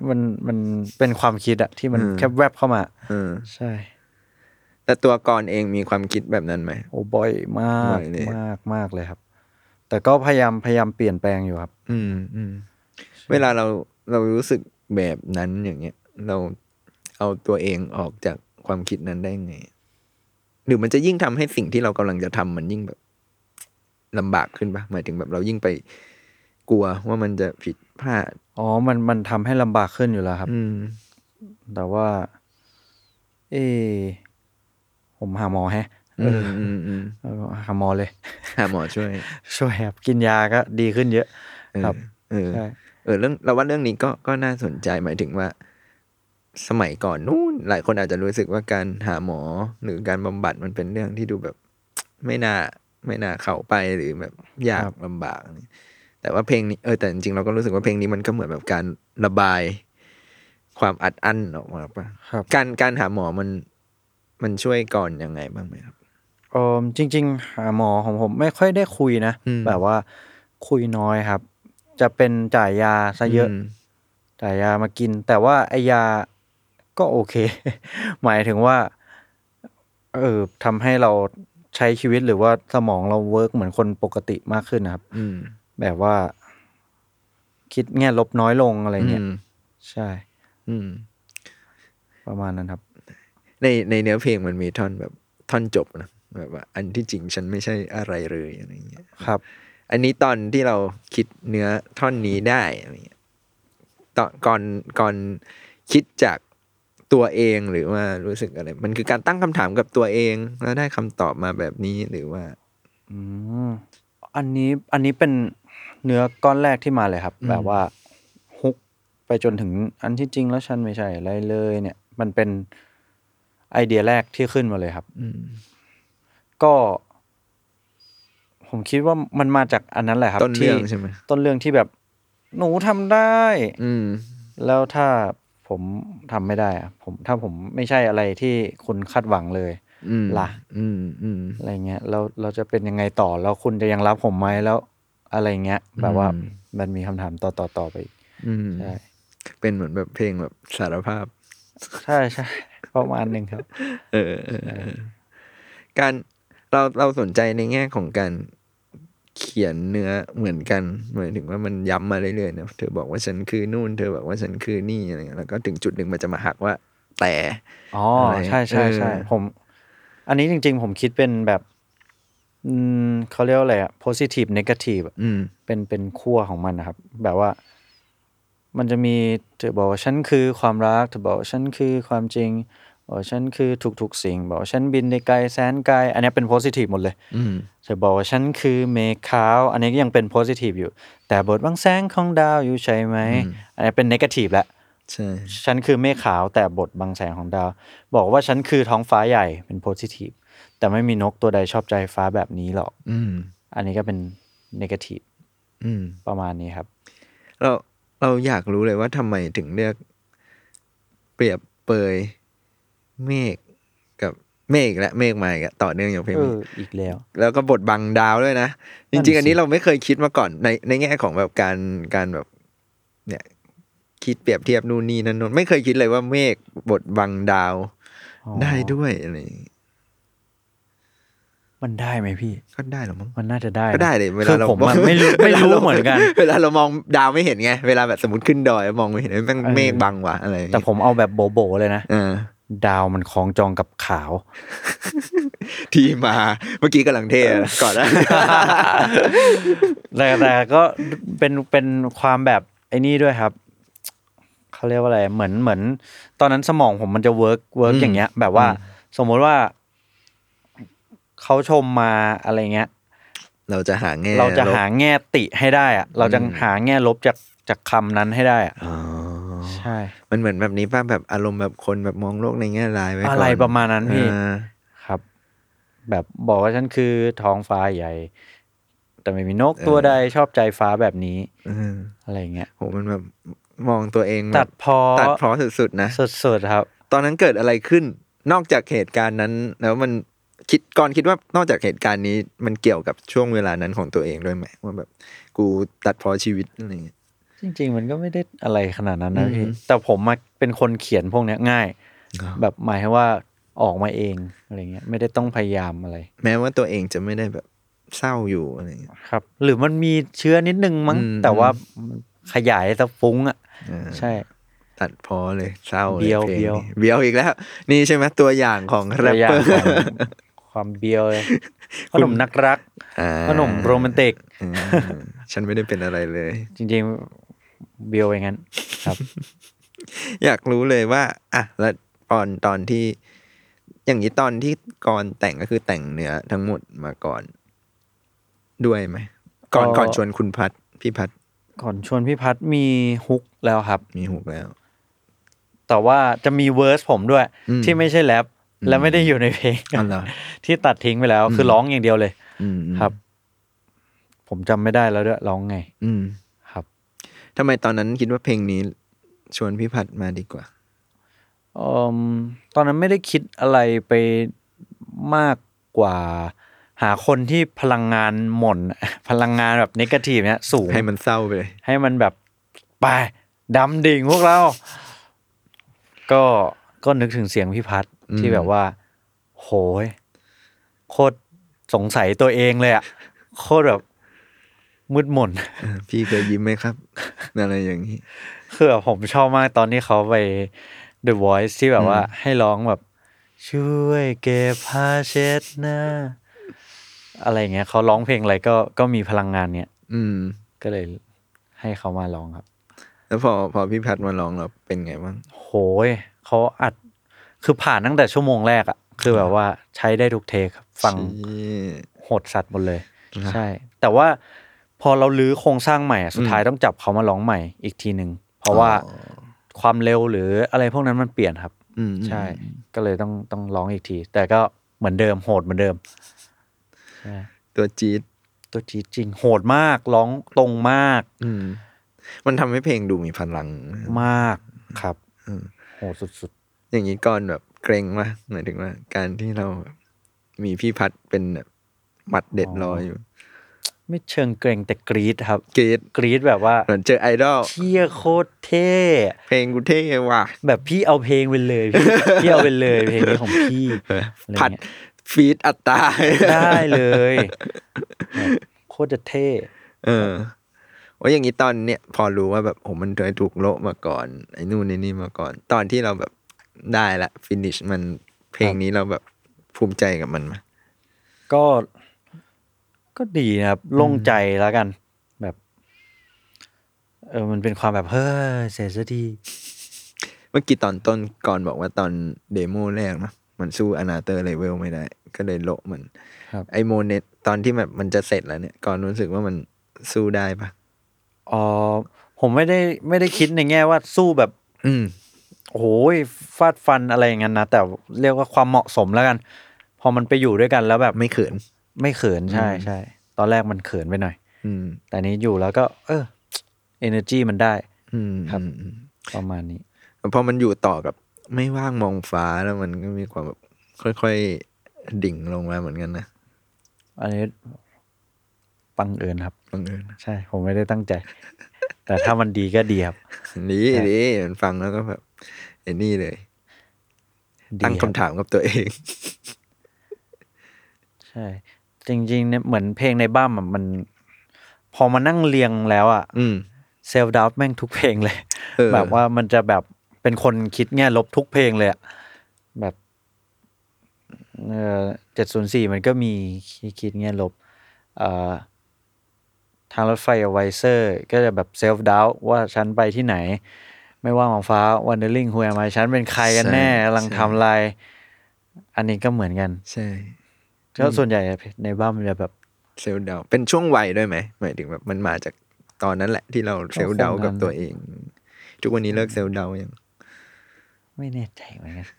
Speaker 2: มันมันเป็นความคิดอะที่มัน
Speaker 3: อืม
Speaker 2: แคบแวบเข้ามา
Speaker 3: เออ
Speaker 2: ใช่
Speaker 3: แต่ตัวกรเองมีความคิดแบบนั้นไหม
Speaker 2: โอ้บ่อยมาก
Speaker 3: บ่อยเลย
Speaker 2: มากมากเลยครับ แต่ก็พยายามพยายามเปลี่ยนแปลงอยู่ครับ
Speaker 3: อืมอืมเวลาเราเรารู้สึกแบบนั้นอย่างเงี้ย เราเอาตัวเองออกจากความคิดนั้นได้ไง หรือมันจะยิ่งทำให้สิ่งที่เรากำลังจะทำมันยิ่งแบบลำบากขึ้นปะหมายถึงแบบเรายิ่งไปกลัวว่ามันจะผิดพลาด
Speaker 2: อ๋อ มันมันทำให้ลำบากขึ้นอยู่แล้วครับ
Speaker 3: อืม
Speaker 2: แต่ว่า เอะผมหาหมอแฮะ
Speaker 3: อืมอืมอืม
Speaker 2: เออหาหมอเลย (laughs)
Speaker 3: หาหมอช่วย
Speaker 2: ช่วยครับกินยาก็ดีขึ้นเยอะ
Speaker 3: เออ
Speaker 2: ครับ
Speaker 3: เออ
Speaker 2: ใช่
Speaker 3: เออเรื่องเราว่าเรื่องนี้ก็ก็น่าสนใจหมายถึงว่า สมัยก่อนนู่นหลายคนอาจจะรู้สึกว่าการหาหมอหรือการบำบัดมันเป็นเรื่องที่ดูแบบ ไม่น่าไม่น่าเข้าไปหรือแบบยากลำบากนี่แต่ว่าเพลงนี้เออแต่จริงๆเราก็รู้สึกว่าเพลงนี้มันก็เหมือนแบบการระบาย ความอัดอั้นออกมาปะ
Speaker 2: ครับ
Speaker 3: การการหาหมอมันมันช่วยก่อนยังไงบ้างไหมครับ
Speaker 2: เออจริง ๆ หาหมอของผมไม่ค่อยได้คุยนะ
Speaker 3: อืม
Speaker 2: แบบว่าคุยน้อยครับ จะเป็นจ่ายยาซะเยอะ
Speaker 3: ม
Speaker 2: จ่ายยามากิน แต่ว่าไอยาก็โอเค (laughs) หมายถึงว่า เออทำให้เราใช้ชีวิตหรือว่าสมองเราเวิร์กเหมือนคนปกติมากขึ้นนะครับ
Speaker 3: อืม
Speaker 2: แบบว่า คิดแง่ลบน้อยลงอะไรเงี้ย
Speaker 3: ม
Speaker 2: ใช่
Speaker 3: อืม
Speaker 2: ประมาณนั้นครับ
Speaker 3: ในในเนื้อเพลงมันมีท่อนแบบท่อนจบนะแบบว่า อันที่จริงฉันไม่ใช่อะไรเลยอะไรอย่างเงี้ย
Speaker 2: ครับ
Speaker 3: อันนี้ตอนที่เราคิดเนื้อท่อนนี้ได้อะไรเงี้ยตอนก่อนก่อนคิดจากตัวเองหรือว่ารู้สึกอะไร มันคือการตั้งคำถามกับตัวเอง แล้วได้คำตอบมาแบบนี้หรือว่า
Speaker 2: อืมอันนี้อันนี้เป็นเนื้อก้อนแรกที่มาเลยครับ
Speaker 3: อืม
Speaker 2: แบบว่าฮุกไปจนถึงอันที่จริงแล้วฉันไม่ใช่อะไรเลย เนี่ย มันเป็นไอเดียแรกที่ขึ้นมาเลยครับ
Speaker 3: อืม
Speaker 2: ก็ ผมคิดว่ามันมาจากอันนั้นแหละครับ
Speaker 3: ต้นเรื่อง
Speaker 2: ที่
Speaker 3: ใช่ไหม
Speaker 2: ต้นเรื่องที่แบบ หนูทำได้
Speaker 3: อืม
Speaker 2: แล้วถ้าผมทำไม่ได้อะผมถ้าผมไม่ใช่อะไรที่คุณคาดหวังเลย
Speaker 3: อืม
Speaker 2: ล่ะ
Speaker 3: อืมอืม
Speaker 2: อะไรเงี้ยแล้วเราจะเป็นยังไงต่อแล้วคุณจะยังรับผมไหมแล้ว อะไรเงี้ย แบบว่า
Speaker 3: อืม
Speaker 2: มันมีคำถามต่อต่อต่อไปอีก
Speaker 3: อืม
Speaker 2: ใช่
Speaker 3: เป็นเหมือนแบบเพลงแบบสารภาพ
Speaker 2: ใช่ใช่ประมาณหนึ่งครับ
Speaker 3: เออเออเออการเราเราสนใจในแง่ของการเขียนเนื้อเหมือนกันหมายถึงว่ามันย้ำมาเรื่อยๆนะเธอบอกว่าฉันคือนู่น เธอบอกว่าฉันคือนี่อะไรเงี้ยแล้วก็ถึงจุดหนึ่งมันจะมาหักว่า แต่
Speaker 2: อ๋ออะไร ใช่ใช่
Speaker 3: เออ
Speaker 2: ใช่ผม อันนี้จริง ๆ ผมคิดเป็นแบบอืมเขาเรียกว่าอะไรอะ positive negative อะ
Speaker 3: อืม
Speaker 2: เป็นเป็นขั้วของมันนะครับ แบบว่า มันจะมีเธอบอกว่าฉันคือความรักเธอบอกว่าฉันคือความจริงบอกว่าฉันคือทุกๆสิ่ง บอกว่าฉันบินได้ไกลแสนไกลอันนี้เป็น positive หมดเลย
Speaker 3: อืม
Speaker 2: เธอบอกว่าฉันคือเมฆขาว อันนี้ก็ยังเป็นโพสิทีฟอยู่ แต่บทบังแสงของดาวอยู่ใช่ไหม
Speaker 3: อืม
Speaker 2: อันนี้เป็นนกาทีฟแล้ว
Speaker 3: ใช่
Speaker 2: ฉันคือเมฆขาวแต่บทบังแสงของดาว บอกว่าฉันคือท้องฟ้าใหญ่เป็นโพสิทีฟแต่ไม่มีนกตัวใดชอบใจฟ้าแบบนี้หรอก
Speaker 3: อืม
Speaker 2: อันนี้ก็เป็นนกาทีฟ
Speaker 3: อืม
Speaker 2: ประมาณนี้ครับ
Speaker 3: เราเราอยากรู้เลยว่าทำไมถึงเลือก เปรียบเปยเมฆกับเมฆและเมฆมาอีกอะต่อเนื่องอย่างเพลง
Speaker 2: เอ
Speaker 3: นี้
Speaker 2: อ อีกแล้ว
Speaker 3: แล้วก็บทบังดาวด้วยนะ จ
Speaker 2: นั่น
Speaker 3: ริง ๆ อันนี้
Speaker 2: สิ
Speaker 3: เราไม่เคยคิดมาก่อนในในแง่ของแบบการการแบบ เนี่ย คิดเปรียบเทียบนู่นนี่นั่นนู่นไม่เคยคิดเลยว่าเมฆบทบังดาว
Speaker 2: อ๋อ
Speaker 3: ได้ด้วยอะไรอย่างงี้
Speaker 2: มันได้ไหมพี่
Speaker 3: ก็ได้เหรอมั้ง
Speaker 2: มันน่าจะได้นะ
Speaker 3: ก็ได้เลยเว
Speaker 2: คื
Speaker 3: ลา
Speaker 2: อ
Speaker 3: เรา
Speaker 2: ผมอะไม่รู้ไม่รู้
Speaker 3: วลาา
Speaker 2: เหมือนกัน
Speaker 3: เวลาเรามองดาวไม่เห็นไงเวลาแบบสมมติขึ้นดอย มองไม่เห็นเอ้ยแม่ง
Speaker 2: เออ
Speaker 3: เมฆบังว่ะอะไรอย่าง
Speaker 2: แต่
Speaker 3: งี้
Speaker 2: ผมเอาแบบโบโบเลยนะ
Speaker 3: เออ
Speaker 2: ดาวมันคล้องจองกับขาว
Speaker 3: ที่มาเมื่อกี้กำลังเท่นะก่อน
Speaker 2: (laughs)
Speaker 3: นะ
Speaker 2: แต่แต่ก็เป็นเป็นความแบบไอ้นี่ด้วยครับ เขาเรียกว่าอะไรเหมือนเหมือน ตอนนั้นสมองผมมันจะเวิร์กเวิร์ก
Speaker 3: อืม
Speaker 2: อย่างเงี้ย แบบว่า
Speaker 3: อื
Speaker 2: สมมุติว่าเขาชมมาอะไรเงี้ย
Speaker 3: เราจะหาแง่
Speaker 2: เราจะ
Speaker 3: ลบ
Speaker 2: หาแง่ติให้ได้อะเราจะ
Speaker 3: อืม
Speaker 2: หาแง่ลบจากจากคำนั้นให้ได้อะ
Speaker 3: อ๋อ
Speaker 2: ใช่
Speaker 3: มันเหมือนแบบนี้ป่ะแบบอารมณ์แบบคนแบบมองโลกในแง่ร้ายไว้ก่อน
Speaker 2: อะไรประมาณนั้นพี่
Speaker 3: เออ
Speaker 2: ครับ แบบบอกว่าฉันคือท้องฟ้าใหญ่ แต่ไม่มีนกตัวใดชอบใจฟ้าแบบนี้
Speaker 3: เออ
Speaker 2: อะไรเงี้ย
Speaker 3: โหมันแบบมองตัวเอง
Speaker 2: ตัด
Speaker 3: แบบ
Speaker 2: พอ
Speaker 3: ตัดเพราะสุดๆนะ
Speaker 2: สุดๆครับ
Speaker 3: ตอนนั้นเกิดอะไรขึ้น นอกจากเหตุการณ์นั้น แล้วมันคิดก่อนคิดว่านอกจากเหตุการณ์นี้ มันเกี่ยวกับช่วงเวลานั้นของตัวเองด้วยไหมว่าแบบ กูตัดเพอชีวิตอะไรอย่างเงี้ย
Speaker 2: จริงๆ มันก็ไม่ได้อะไรขนาดนั้นนะ
Speaker 3: อื
Speaker 2: พี่
Speaker 3: ม
Speaker 2: แต่ผมมาเป็นคนเขียนพวกเนี้ยง่าย แบบหมายถึงว่าออกมาเองอะไรเงี้ยไม่ได้ต้องพยายามอะไร
Speaker 3: แม้ว่าตัวเองจะไม่ได้แบบเศร้าอยู่อะไรอย่างเงี้ย
Speaker 2: ครับ หรือมันมีเชื้อนิดนึงมั้ง
Speaker 3: อืม
Speaker 2: แต่ว่ามันขยายซะฟุ้งอ่ะ
Speaker 3: เออ
Speaker 2: ใช่
Speaker 3: ตัดเพอเลยเศร้าล
Speaker 2: เบี้ยว
Speaker 3: พลง
Speaker 2: เบี้
Speaker 3: นี้
Speaker 2: ยว
Speaker 3: เบี้ยวอีกแล้ว นี่ใช่ไหมตัวอย่างของ
Speaker 2: ตั
Speaker 3: แร
Speaker 2: ว
Speaker 3: ป
Speaker 2: อย่าง
Speaker 3: เปอร์
Speaker 2: ของความ (laughs) เบียวเลยขนมนักรัก
Speaker 3: อ่า
Speaker 2: ขนมโรแมนติก
Speaker 3: เอ (laughs) อฉันไม่ได้เป็นอะไรเลย
Speaker 2: จริงๆเบียวอย่างนั้นครับ
Speaker 3: อยากรู้เลยว่าอ่ะแล้วตอนตอนที่ อย่างนี้ตอนที่ก่อนแต่งก็คือแต่งเนื้อทั้งหมดมาก่อน ด้วยไหมก่อน
Speaker 2: ก็
Speaker 3: ก่อนชวนคุณพัดพี่พัด
Speaker 2: ก่อนชวนพี่พัดมีฮุกแล้วครับ
Speaker 3: มีหุกแล้ว
Speaker 2: แต่ว่าจะมีเวอร์สผมด้วย
Speaker 3: อืม
Speaker 2: ที่ไม่ใช่แรป
Speaker 3: อืม
Speaker 2: และไม่ได้อยู่ในเพลง
Speaker 3: อ๋อเหรอ
Speaker 2: ที่ตัดทิ้งไปแล้ว
Speaker 3: อืม
Speaker 2: คือร้องอย่างเดียวเลย
Speaker 3: อืมอืม
Speaker 2: ครับ ผมจำไม่ได้แล้วด้วยร้องไง
Speaker 3: อืม
Speaker 2: ครับ
Speaker 3: ทำไมตอนนั้นคิดว่าเพลงนี้ชวนพี่พัดมาดีกว่า
Speaker 2: อมตอนนั้นไม่ได้คิดอะไรไปมากกว่า หาคนที่พลังงานหม่น (laughs) พลังงานแบบนิเกทีฟเนี้ยสูง
Speaker 3: ให้มันเศร้าไปเลย (laughs)
Speaker 2: ให้มันแบบไปดำดิ่งพวกเรา ก็ก็นึกถึงเสียงพี่พัดที่แบบว่า โหย โคตรสงสัยตัวเองเลยอะโคตรแบบมืดมน
Speaker 3: เออพี่เคยยิ้มไหมครับ (laughs) อะไรอย่างนี้
Speaker 2: คือแบบผมชอบมากตอนที่เขาไป The Voice ที่แบบว่าให้ร้องแบบ ช่วยเก็บผ้าเช็ดหน้า อะไรอย่างเงี้ยเขาร้องเพลงอะไรก็ก็มีพลังงานเนี่ย
Speaker 3: อืม
Speaker 2: ก็เลยให้เขามาร้องครับ
Speaker 3: แล้วพอพอพี่พัดมาร้องเราเป็นไงบ้าง
Speaker 2: โหยเขาอัดคือผ่านตั้งแต่ชั่วโมงแรกอะคือแบบว่าใช้ได้ทุกเทคครับฟังโหดสัตว์หมดเลย
Speaker 3: นะ
Speaker 2: ใช่ แต่ว่าพอเราลื้อโครงสร้างใหม่อะสุดท้ายต้องจับเขามาร้องใหม่อีกทีหนึ่งเพราะว่า
Speaker 3: อ๋อ
Speaker 2: ความเร็วหรืออะไรพวกนั้นมันเปลี่ยนครับ
Speaker 3: อืมอืม
Speaker 2: ใช่ ก็เลยต้องต้องร้องอีกที แต่ก็เหมือนเดิมโหดเหมือนเดิมใช่
Speaker 3: ตัวจี๊ด
Speaker 2: ตัวจีดจริงโหดมากร้องตรงมาก
Speaker 3: อืม มันทำให้เพลงดูมีพลัง
Speaker 2: มากครับ
Speaker 3: อืม
Speaker 2: โหดสุด
Speaker 3: อย่างนี้ก่อนแบบเกรงว่าหมายถึงว่า การที่เรามีพี่พัดเป็นแบบหมัดเด็ดรออยู่
Speaker 2: ๆ ไม่เชิงเกรงแต่กรี๊ดครับ
Speaker 3: กรีด
Speaker 2: กรี๊ดแบบว่า
Speaker 3: เหมือนเจอไอดอล
Speaker 2: เที่ยโคตรเท่
Speaker 3: เพลงกูเท่ว่ะ
Speaker 2: แบบพี่เอาเพลงไปเลยพี่
Speaker 3: (laughs)
Speaker 2: พี่เอาไปเลยเพลงนี้ของพี่อะไร
Speaker 3: พัด
Speaker 2: เงี้ย
Speaker 3: ฟีดอัต
Speaker 2: (laughs)
Speaker 3: ตา
Speaker 2: ได้เลยแบบโคตรจะเท่
Speaker 3: เออว่าอย่างนี้ตอนเนี้ยพอรู้ว่าแบบผมมันเคยถูกโละมาก่อน ไอ้นู่นไอ้นี่มาก่อน ตอนที่เราแบบได้ละฟินิชมันเพลงนี้เราแบบภูมิใจกับมันไหม
Speaker 2: ก็ก็ดีนะครับโล่งใจแล้วกัน แบบ เออมันเป็นความแบบเฮ้ยเสียซะดี
Speaker 3: เมื่อกี้ตอนต้นก่อนบอกว่าตอนเดโมแรกนะมันสู้อนาเตอร์เลเวลไม่ได้ ก็เลยโละมัน
Speaker 2: ครับ
Speaker 3: ไอโมเนตตอนที่แบบมันจะเสร็จแล้วเนี่ย ก่อนรู้สึกว่ามันสู้ได้ปะ
Speaker 2: อ๋อผมไม่ได้ไม่ได้คิดในแง่ว่าสู้แบบ
Speaker 3: อืม
Speaker 2: โอ้โหฟาดฟันอะไรอย่างนั้นนะแต่เรียกว่าความเหมาะสมแล้วกัน พอมันไปอยู่ด้วยกันแล้วแบบ
Speaker 3: ไม่เขิน
Speaker 2: ไม่เขินใช่
Speaker 3: อืม
Speaker 2: ใช่ตอนแรกมันเขินไปหน่อย
Speaker 3: อืม
Speaker 2: แต่นี้อยู่แล้วก็ เออ energy มันได้
Speaker 3: อืม
Speaker 2: ครับ
Speaker 3: อืม
Speaker 2: ประมาณนี้
Speaker 3: พอมันอยู่ต่อกับไม่ว่างมองฟ้าแล้วมันก็มีความแบบค่อยๆ ดิ่งลงมาเหมือนกันนะ
Speaker 2: อันนี้บังเอิญครับ
Speaker 3: บังเอิญนะ
Speaker 2: ใช่ ผมไม่ได้ตั้งใจ แต่ถ้ามันดีก็ดีครับ
Speaker 3: ดี
Speaker 2: ใช่
Speaker 3: ดีมันฟังแล้วก็แบบไอ้นี่เลย
Speaker 2: ดี
Speaker 3: ตั้ง
Speaker 2: ครั
Speaker 3: คำ
Speaker 2: บ
Speaker 3: ถามกับตัวเอง
Speaker 2: ใช่ จริงๆเนี่ยเหมือนเพลงในบ้ามอะมัน พอมานั่งเรียงแล้วอะ
Speaker 3: อืม
Speaker 2: เซลฟ์ดาวแม่งทุกเพลงเลย
Speaker 3: เออ
Speaker 2: แบบว่ามันจะแบบเป็นคนคิดแง่ลบทุกเพลงเลยอะแบบเออจ็ดศูนย์สี่มันก็มีคิดคิดแง่ลบเอ่อทางรถไฟไวเซอร์ ก็จะแบบเซลฟ์ดาวว่าฉันไปที่ไหน ไม่ว่างของฟ้าวันเดอร์ลิงฮวยมาฉันเป็นใครกันแน่
Speaker 3: ใช่
Speaker 2: กำลัง
Speaker 3: ใช่
Speaker 2: ทำอะไร อันนี้ก็เหมือนกัน
Speaker 3: ใช่
Speaker 2: ก็ส่วนใหญ่ในบ้านมันจะแบบ
Speaker 3: เซลล์เดาเป็นช่วงวัยด้วยไหมหมายถึงแบบมันมาจากตอนนั้นแหละที่เราเซลล์เดากับตัวเอง ทุกวันนี้เลิกเซลล์เดายัง
Speaker 2: ไม่แน่ใจเหมือนกัน (laughs)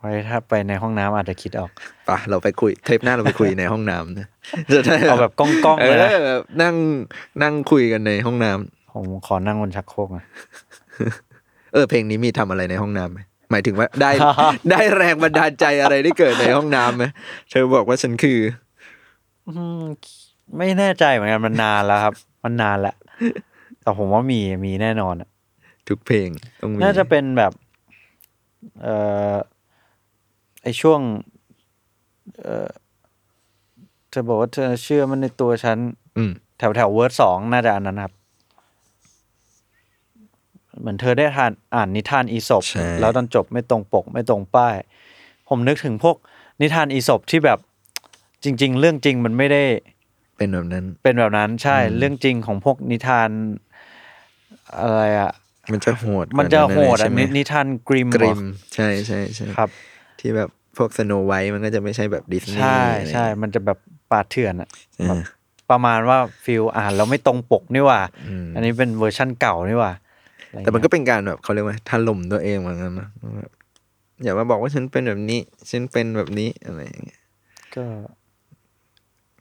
Speaker 2: ไว้ถ้าไปในห้องน้ำอาจจะคิดออก
Speaker 3: ปะเราไปคุยเทปหน้าเราไปคุยในห้องน้ำนะจะได้
Speaker 2: (laughs) เอาแบบก้อง (laughs) ๆเลยนะ
Speaker 3: ออแบบนั่งนั่งคุยกันในห้องน้ำ
Speaker 2: ผมขอนั่งบนชักโครกนะ
Speaker 3: เออเพลงนี้มีทำอะไรในห้องน้ำไหมหมายถึงว่าได้
Speaker 2: (laughs)
Speaker 3: ได้แรงบันดาลใจอะไรที่เกิดในห้องน้ำไหมเธอบอกว่าฉันคือ
Speaker 2: อืมไม่แน่ใจเหมือนกันมันนานแล้วครับ (laughs) มันนานแล้วแต่ผมว่ามีมีแน่นอนอะ
Speaker 3: ทุกเพลงต้องมี
Speaker 2: น่าจะเป็นแบบเอ่อไอช่วงเอ่อเธอบอกว่าเธอเชื่อมันในตัวฉัน
Speaker 3: อืม
Speaker 2: แถวแถวเวิร์ดสองน่าจะอันนั้นครับ เหมือนเธอได้ทานอ่านนิทานอีสปแล้วตอนจบไม่ตรงปก ไม่ตรงป้าย ผมนึกถึงพวกนิทานอีสปที่แบบจริง ๆ เรื่องจริงมันไม่ได้
Speaker 3: เป็นแบบนั้น
Speaker 2: เป็นแบบนั้นใช่เรื่องจริงของพวกนิทาน อะไรอ่ะ
Speaker 3: มันจะโหดกว่า
Speaker 2: มันจะโหด
Speaker 3: ใช่
Speaker 2: อ่ะ
Speaker 3: ไม
Speaker 2: นินิทานกริม
Speaker 3: กริมใช่ใช่ใช่
Speaker 2: ครับ
Speaker 3: ที่แบบพวกสโนไวท์มันก็จะไม่ใช่แบบดิสนีย์
Speaker 2: ใช่
Speaker 3: อะไร
Speaker 2: ใช่ มันจะแบบป่าเถื่อนอ่ะ
Speaker 3: อ่า
Speaker 2: ประมาณว่าฟิลอ่านแล้วไม่ตรงปกนี่หว่า
Speaker 3: อืม
Speaker 2: อันนี้เป็นเวอร์ชั่นเก่านี่หว่าอะไร
Speaker 3: แต่มันก็
Speaker 2: เงี้ย
Speaker 3: เป็นการแบบเขาเรียกว่าถล่มตัวเองเหมือนกันนะแบบอย่ามาบอกว่าฉันเป็นแบบนี้ ฉันเป็นแบบนี้อะไรอย่างเงี้ย
Speaker 2: ก็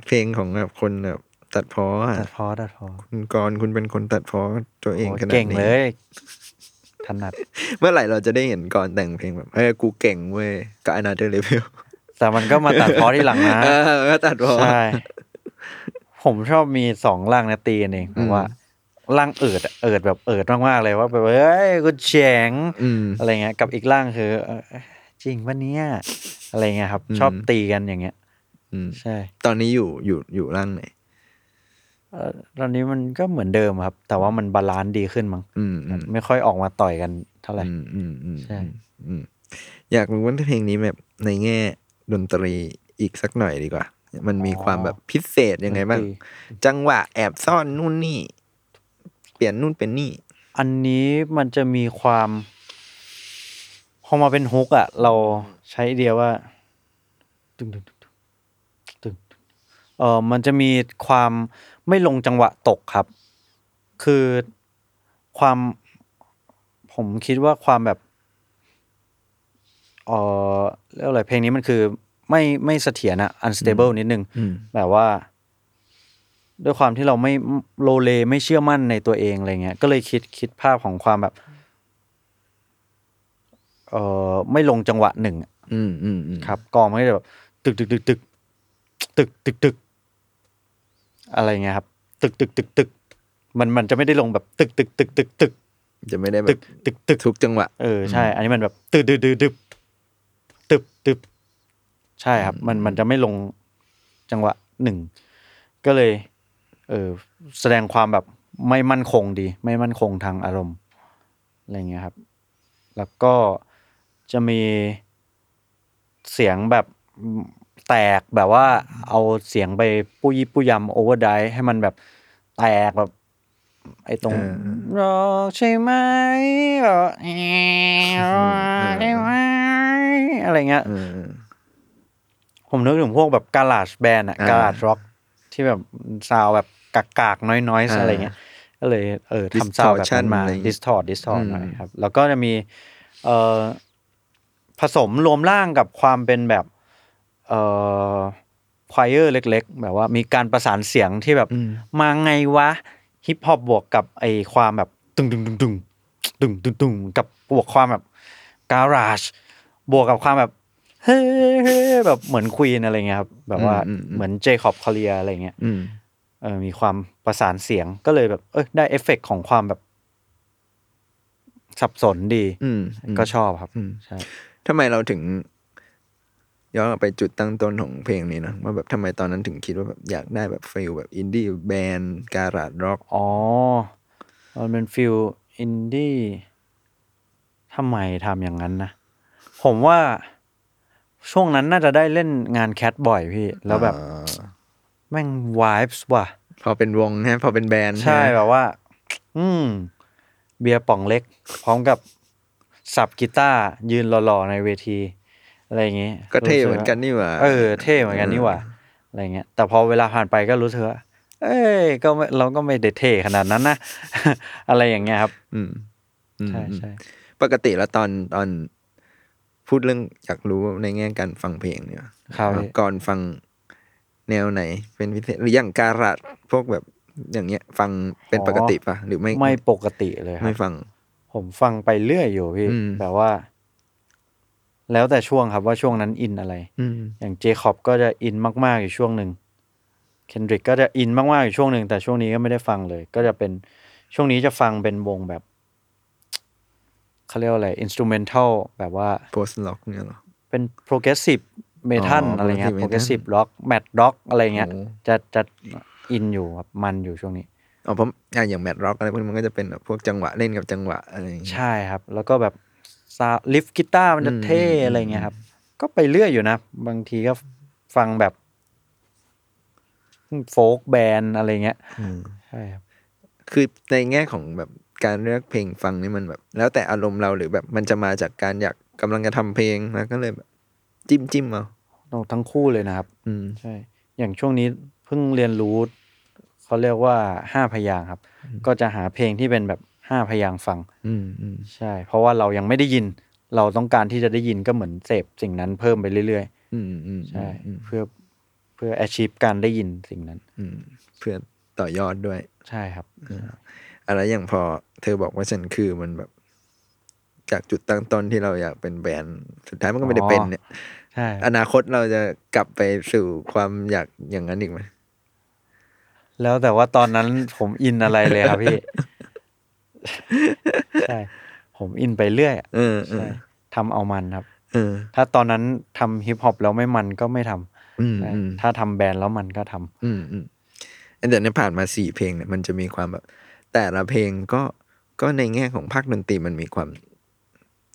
Speaker 3: เพลงของแบบคนแบบตัดพ้ออะ
Speaker 2: ตัดพอตัดพอ
Speaker 3: คุณกรณ์คุณเป็นคนตัดพ้อตัวเอง
Speaker 2: โอ้ย
Speaker 3: ขนาด
Speaker 2: เก่ง
Speaker 3: นี้
Speaker 2: เลย ถนัด
Speaker 3: เมื่อไหร่เราจะได้เห็นก่อนแต่งเพลงแบบเอ้ยกูเก่งเว้ยกับ another level
Speaker 2: แต่มันก็มาตัดพอที่หลังนะ
Speaker 3: เออก็ตัดพอ
Speaker 2: ใช่ ผมชอบมีสองร่างนะตีกันเองผ
Speaker 3: อื
Speaker 2: ม มว่าร่างเอิดอะเอิดแบบเอิดมากๆเลยว่าแบบเอ้ยกูเจ๋ง
Speaker 3: อืม
Speaker 2: อะไรเงี้ยกับอีกร่างคือเอ่อจริงปะเนี่ยอะไรเงี้ยครับ
Speaker 3: อืม
Speaker 2: ชอบตีกันอย่างเงี้ย
Speaker 3: อืม
Speaker 2: ใช่
Speaker 3: ตอนนี้อยู่อยู่อยู่ร่างไหน
Speaker 2: เอ่อตอนนี้มันก็เหมือนเดิมครับ แต่ว่ามันบาลานซ์ดีขึ้นมั้ง
Speaker 3: อืมอืม
Speaker 2: ไม่ค่อยออกมาต่อยกันเท่าไหร่
Speaker 3: อืมอืมอืม
Speaker 2: ใช่
Speaker 3: อืมอยากรู้ว่าเพลงนี้แบบในแง่ดนตรีอีกสักหน่อยดีกว่า มันมีความแบบพิเศษยังไงบ้าง
Speaker 2: ดนตรี
Speaker 3: จังหวะแอบซ่อนนู่นนี่ เปลี่ยนนู่นเป็นนี่
Speaker 2: อันนี้มันจะมีความ พอมาเป็นฮุกอ่ะ เราใช้ไอเดียว่า ตึงตึงตึงตึงตึงตึงเออมันจะมีความไม่ลงจังหวะตกครับ คือความ ผมคิดว่าความแบบเออเรียกอะไรเพลงนี้มันคือไม่ไม่เสถียรอะ unstable นิดนึง
Speaker 3: อืม
Speaker 2: แบบว่า ด้วยความที่เราไม่โลเลไม่เชื่อมั่นในตัวเองอะไรเงี้ย ก็เลยคิดคิดภาพของความแบบ เออไม่ลงจังหวะหนึ่งอะ
Speaker 3: อืมอืมอืม
Speaker 2: ครับกองมันก็จะแบบตึกตึกตึกตึกตึกตึกตึกอะไรเงี้ยครับ ตึกตึกตึกตึกมันมันจะไม่ได้ลงแบบตึกตึกตึกตึกตึก
Speaker 3: จะไม่ได้แบ
Speaker 2: ตึ
Speaker 3: บ
Speaker 2: กตึกตึก
Speaker 3: ทุกจังหวะ
Speaker 2: เออใช่ อันนี้มันแบบตึกตึกตึกตึกตึกตึกใช่ครับ มันมันจะไม่ลงจังหวะหนึ่งก็เลย เออแสดงความแบบไม่มั่นคงดี ไม่มั่นคงทางอารมณ์อะไรเงี้ยครับ แล้วก็จะมีเสียงแบบแตกแบบว่าเอาเสียงไปปุยปุยำโอเวอร์ไดให้มันแบบแตกแบบ ไอ้ตรง
Speaker 3: เออเออ
Speaker 2: รอใช่ไหมแบบว่าแอ
Speaker 3: อเออ
Speaker 2: ใช่ไหมอะไรเงี้ย
Speaker 3: เออ
Speaker 2: ผมนึกถึงพวกแบบการาชแบนอะ
Speaker 3: อ่า
Speaker 2: การาชร็อกที่แบบซาวแบบกากๆ น้อย
Speaker 3: อ่า
Speaker 2: ๆ อะไรเงี้ย ก็เลยเออทำซาวแบบนั้น
Speaker 3: Distortion
Speaker 2: มา
Speaker 3: อะไรเงี้ย
Speaker 2: distort distort
Speaker 3: อืม
Speaker 2: หน่อยครับ แล้วก็จะมีเออผสมรวมร่างกับความเป็นแบบเออควายเออร์เล็กๆ แบบว่ามีการประสานเสียงที่แบบ
Speaker 3: อืม
Speaker 2: มาไงวะ ฮิปฮอปบวกกับไอความแบบตึงตึงตึงตึงตึงตึงตึงกับบวกความแบบการาชบวกกับความแบบ เฮ้ยเฮ้ยแบบเหมือนควีนอะไรเงี้ยครับ แบบว่า
Speaker 3: อืมอืม
Speaker 2: เหมือนเจคอบคาเรียอะไรเงี้ย
Speaker 3: อืม
Speaker 2: เออมีความประสานเสียงก็เลยแบบ เอยได้เอฟเฟกต์ของความแบบ สับสนดี
Speaker 3: อืมม
Speaker 2: ก็ชอบครับ
Speaker 3: อืม
Speaker 2: ใช่
Speaker 3: ทำไมเราถึง ย้อนกลับไปจุดตั้งต้นของเพลงนี้นะว่าแบบทำไมตอนนั้นถึงคิดว่าแบบอยากได้แบบฟิลแบบอินดี้แบนด์การาดร็อก
Speaker 2: อ๋อ มันเป็นฟิลอินดี้ทำไมทำอย่างนั้นนะ ผมว่าช่วงนั้นน่าจะได้เล่นงานแคทบ่อยพี่ แล้วแบบแม่งวายส์ว่ะ
Speaker 3: พอเป็นวงนะพอเป็นแบรนด์
Speaker 2: ใช่
Speaker 3: ไหม
Speaker 2: แบบว่า อืม เบียร์ป่องเล็ก พร้อมกับสับกีตาร์ยืนหล่อๆในเวที อะไรอย่างงี้
Speaker 3: ก็เท่
Speaker 2: รู้สึ
Speaker 3: เหมือนกันนี่หว่า
Speaker 2: เออ เท่เหมือนกันนี่หว่า อะไรเงี้ย แต่พอเวลาผ่านไปก็รู้สึกว่าเอ้ยก็ไม่เราก็ไม่ได้เท่ขนาดนั้นนะ (laughs) อะไรอย่างเงี้ยครับ
Speaker 3: อืมอืม
Speaker 2: ใช่
Speaker 3: อืม
Speaker 2: ใช่
Speaker 3: ปกติแล้วตอนตอน พูดเรื่องอยากรู้ในแง่การฟังเพลงเนี่ย
Speaker 2: ครับ
Speaker 3: ว่าก่อนฟังแนวไหน เป็นพิเศษหรืออย่างการาดพวกแบบอย่างเงี้ย ฟังเป็นปกติปะหรือไม่
Speaker 2: ไม่ปกติเลยครั
Speaker 3: ไม่
Speaker 2: บ
Speaker 3: ฟัง
Speaker 2: ผมฟังไปเรื่อยอยู่พี่
Speaker 3: อืม
Speaker 2: แบบว่า แล้วแต่ช่วงครับว่าช่วงนั้นอินอะไร
Speaker 3: อืม
Speaker 2: อย่างเจคอบก็จะอินมาก ๆ อยู่ช่วงหนึ่งเคนดริกก็จะอินมาก ๆ อยู่ช่วงหนึ่งแต่ช่วงนี้ก็ไม่ได้ฟังเลย ก็จะเป็นช่วงนี้จะฟังเป็นวงแบบ เขาเรียกว่าอะไรอินสตูเมนทัลแบบว่า
Speaker 3: โพสต์ล็อกเนี่ยเหรอ
Speaker 2: เป็นโปรเกรสซีฟเมทัล
Speaker 3: อ๋อ
Speaker 2: อะไรเงี้ย
Speaker 3: progressive
Speaker 2: โปรเกรสซีฟ
Speaker 3: metal
Speaker 2: ร็อกแมทร็อกอะไรเงี้ย
Speaker 3: โอ้
Speaker 2: จะจะอินอยู่ครับมันอยู่ช่วงนี้
Speaker 3: อ๋อเพราะอ่ะอย่างแมทร็อกอะไรพวกนี้มันก็จะเป็นแบบพวกจังหวะเล่นกับจังหวะอะไรอย่างเงี้ย
Speaker 2: ใช่ครับ แล้วก็แบบซาวลิฟกีตาร์มันจะ
Speaker 3: อืม
Speaker 2: เท่
Speaker 3: อืม
Speaker 2: อะไรเงี้ยครับ ก็ไปเรื่อยอยู่นะ บางทีก็ฟังแบบโฟกแบนอะไรเงี้ย
Speaker 3: อืม
Speaker 2: ใช่ครับ
Speaker 3: คือในแง่ของแบบ การเลือกเพลงฟังนี่มันแบบ แล้วแต่อารมณ์เราหรือแบบมันจะมาจากการอยากกำลังจะทำเพลงแล้วก็เลยแบบ จิ้มจิ้มเอา
Speaker 2: เราทั้งคู่เลยนะครับ
Speaker 3: อืม
Speaker 2: ใช่ อย่างช่วงนี้เพิ่งเรียนรู้เขาเรียกว่าห้าพยางค์ครับ ก็จะหาเพลงที่เป็นแบบห้าพยางค์ฟัง
Speaker 3: อืมอืม
Speaker 2: ใช่ เพราะว่าเรายังไม่ได้ยิน เราต้องการที่จะได้ยินก็เหมือนเสพสิ่งนั้นเพิ่มไปเรื่อย
Speaker 3: อืมอืม
Speaker 2: ๆ ใช่
Speaker 3: อืม
Speaker 2: เพื่อเพื่อ achieve การได้ยินสิ่งนั้น
Speaker 3: อืมเพื่อต่อยอดด้วย
Speaker 2: ใช่ครับ
Speaker 3: อะไรอย่างพอเธอบอกว่าฉันคือมันแบบ จากจุดตั้งต้นที่เราอยากเป็นแบรนด์สุดท้ายมันก็ไม่ได้เป็นเนี่ย
Speaker 2: ใช่
Speaker 3: อนาคตเราจะกลับไปสู่ความอยากอย่างนั้นอีกไหม
Speaker 2: แล้วแต่ว่าตอนนั้น ผมอินอะไรเลยครับ (laughs) พี่ ใช่ ผมอินไปเรื่อยอะ
Speaker 3: เออเอ
Speaker 2: ใช่
Speaker 3: อ
Speaker 2: ทำเอามันครับ
Speaker 3: เออ
Speaker 2: ถ้าตอนนั้นทำฮิปฮอปแล้วไม่มันก็ไม่ท
Speaker 3: อืม
Speaker 2: ำนะ
Speaker 3: อืม
Speaker 2: ถ้าทำแบรนด์แล้วมันก็ท
Speaker 3: อืมอืมแต่ในยผ่านมาสี่เพลงเนี่ยมันจะมีความแบบ แต่ละเพลงก็ก็ในแง่ของภาคดนตรีมันมีความ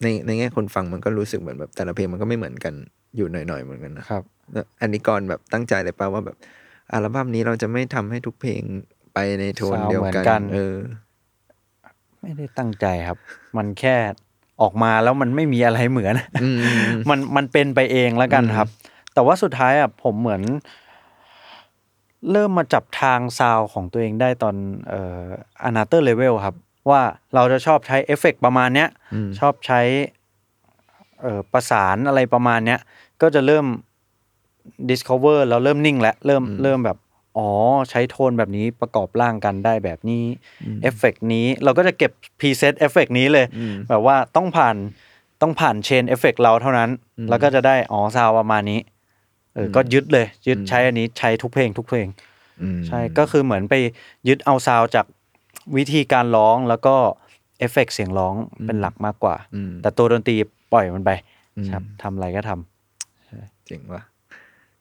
Speaker 3: ในในแง่คนฟังมันก็รู้สึกเหมือนแบบ แต่ละเพลงมันก็ไม่เหมือนกันอยู่หน่อยๆเหมือนกันนะ
Speaker 2: ำครับ
Speaker 3: แล้วอันนี้ก่อนแบบตั้งใจเลยป่าว่าแบบอัลบั้มนี้เราจะไม่ทำให้ทุกเพลงไปในโทน
Speaker 2: สาว
Speaker 3: เดียว
Speaker 2: เหมื
Speaker 3: กั
Speaker 2: อน นกัน
Speaker 3: เออ
Speaker 2: ไม่ได้ตั้งใจครับ มันแค่ออกมาแล้วมันไม่มีอะไรเหมือน
Speaker 3: อืม
Speaker 2: มันมันเป็นไปเองแล้วกันครับ แต่ว่าสุดท้ายอ่ะผมเหมือน เริ่มมาจับทางซาวของตัวเองได้ตอนเอ่ออนาเตอร์เลเวลครับ ว่าเราจะชอบใช้เอฟเฟกต์ประมาณเนี้ย
Speaker 3: อืม
Speaker 2: ชอบใช้เอ่อประสานอะไรประมาณเนี้ย ก็จะเริ่ม discover แล้วเริ่มนิ่งแล้วเริ่มเริ่มแบบ อ๋อ ใช้โทนแบบนี้ประกอบร่างกันได้แบบนี้เอฟเฟกต์นี้เราก็จะเก็บพรีเซตเอฟเฟกต์นี้เลย
Speaker 3: อืม
Speaker 2: แบบว่าต้องผ่านต้องผ่านเชนเอฟเฟกเราเท่านั้น แล้วก็จะได้อ๋อซาวประมาณนี้เอออก็ยึดเลย ยึดใช้อันนี้ใช้ทุกเพลงทุกเพลง
Speaker 3: อืม
Speaker 2: ใช่ก็คือเหมือนไปยึดเอาซาวจากวิธีการร้องแล้วก็เอฟเฟกเสียงร้องเป็นหลักมากกว่า
Speaker 3: อืม
Speaker 2: แต่ตัวดนตรีปล่อยมันไป
Speaker 3: อืม
Speaker 2: ครับทำอะไรก็ทำ
Speaker 3: เจ๋งว่ะ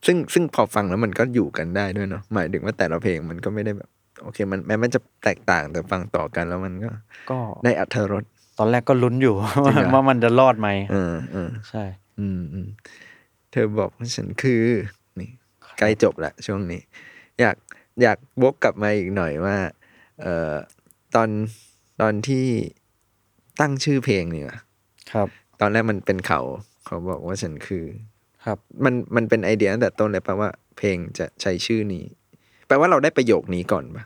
Speaker 3: ซึ่งซึ่งพอฟังแล้วมันก็อยู่กันได้ด้วยเนาะหมายถึงว่าแต่ละเพลงมันก็ไม่ได้แบบ โอเค มันแม้มันจะแตกต่างแต่ฟังต่อกันแล้วมันก็
Speaker 2: ก็
Speaker 3: ได้อัธรส
Speaker 2: ตอนแรกก็ลุ้นอยู่ (laughs)
Speaker 3: จริงเหรอ
Speaker 2: ว่ามันจะรอดไหม
Speaker 3: เออเออ
Speaker 2: ใช่
Speaker 3: อืมอืมเธอบอกว่าฉันคือนี่ ใกล้จบละช่วงนี้ อยากอยากวกกลับมาอีกหน่อยว่า เอ่อตอนตอนที่ตั้งชื่อเพลงเนี่ย
Speaker 2: ครับ
Speaker 3: ตอนแรกมันเป็นเขา เขาบอกว่าฉันคือ
Speaker 2: ครับ
Speaker 3: มันมันเป็นไอเดียตั้งแต่ต้นเลยแปลว่าเพลงจะใช้ชื่อนี้ แปลว่าเราได้ประโยคนี้ก่อนปะ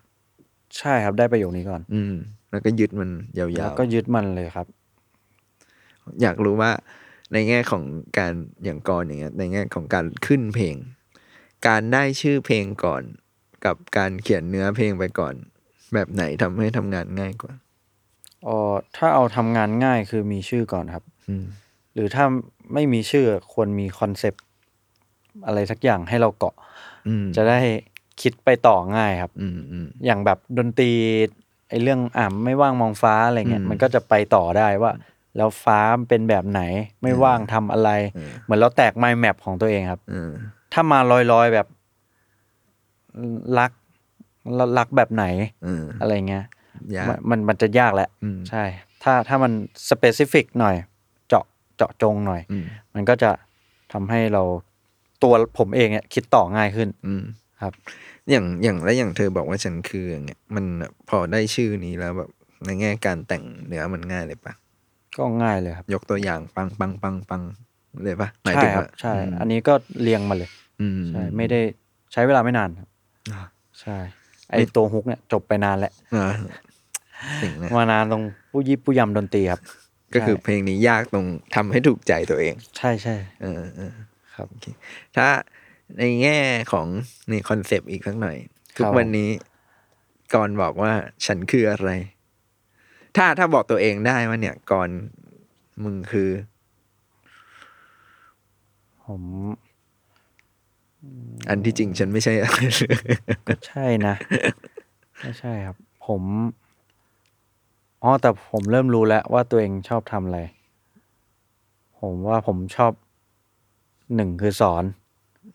Speaker 2: ใช่ครับได้ประโยคนี้ก่อน
Speaker 3: อืม แล้วก็ยึดมันยา
Speaker 2: แล้ว
Speaker 3: ว
Speaker 2: ก็ยึดมันเลยครับ
Speaker 3: ๆ อยากรู้ว่าในแง่ของการอย่างกรอย่างเงี้ยในแง่ของการขึ้นเพลง การได้ชื่อเพลงก่อน กับการเขียนเนื้อเพลงไปก่อน แบบไหนทำให้ทำงานง่ายกว่า
Speaker 2: เออถ้าเอาทำงานง่ายคือมีชื่อก่อนครับ
Speaker 3: อืม
Speaker 2: หรือถ้าไม่มีชื่อควรมีคอนเซปต์อะไรสักอย่างให้เราเกาะ
Speaker 3: อืม
Speaker 2: จะได้คิดไปต่อง่ายครับ
Speaker 3: อืมอืม
Speaker 2: อย่างแบบดนตรีไอเรื่องอ่าไม่ว่างมองฟ้าอะไรเงี้ย
Speaker 3: อืม
Speaker 2: มันก็จะไปต่อได้ว่า แล้วฟ้ามันเป็นแบบไหนไม่ว่างทำอะไร
Speaker 3: เออ
Speaker 2: เหมือนเราแตกไมล์แมปของตัวเองครับ
Speaker 3: เออ
Speaker 2: ถ้ามาลอยๆแบบรักรักแบบไหน
Speaker 3: เออ
Speaker 2: อะไรเงี้ย
Speaker 3: ยาก
Speaker 2: มันมันมันจะยากแหละ
Speaker 3: อืม
Speaker 2: ใช่ ถ้าถ้ามันสเปซิฟิกหน่อย เจาะเจาะจงหน่อย
Speaker 3: อืม
Speaker 2: มันก็จะทำให้เราตัวผมเองเนี่ยคิดต่อง่ายขึ้น
Speaker 3: อืม
Speaker 2: ครับ
Speaker 3: อย่างอย่างและอย่างเธอบอกว่าฉันคืออย่างเงี้ยมันพอได้ชื่อนี้แล้วแบบในแง่การแต่งเนื้อมันง่ายเลยปะ
Speaker 2: ก็ง่ายเลยครับ
Speaker 3: ยกตัวอย่างปังปังปังปังเลยปะหมาย
Speaker 2: ใช่
Speaker 3: ถึง
Speaker 2: ครั
Speaker 3: ว่า
Speaker 2: ใช่ อันนี้ก็เรียงมาเลย
Speaker 3: อืม
Speaker 2: ใช่ไม่ได้ใช้เวลาไม่นานครับ
Speaker 3: อ่า
Speaker 2: ใช่ ไอตัวฮุกเนี่ยจบไปนานแล้ว
Speaker 3: อ่าสิ่งนะ
Speaker 2: มานานตรงผู้ยิบผู้ยำดนตรีครับ
Speaker 3: ก็คือเพลงนี้ยากตรงทำให้ถูกใจตัวเอง
Speaker 2: ใช่ใช่
Speaker 3: เออเออ
Speaker 2: ครับ
Speaker 3: ถ้าในแง่ของนี่คอนเซปต์อีกสักหน่อย ทุกวันนี้ก่อนบอกว่าฉันคืออะไร ถ้าถ้าบอกตัวเองได้ว่าเนี่ยก่อนมึงคือ
Speaker 2: ผม
Speaker 3: อันที่จริงฉันไม่ใช่
Speaker 2: (laughs)
Speaker 3: อะไรเลย
Speaker 2: ก็ใช่นะ ไม่ใช่ครับ ผมอ๋อแต่ผมเริ่มรู้แล้วว่าตัวเองชอบทำอะไร ผมว่าผมชอบหนึ่งคือสอน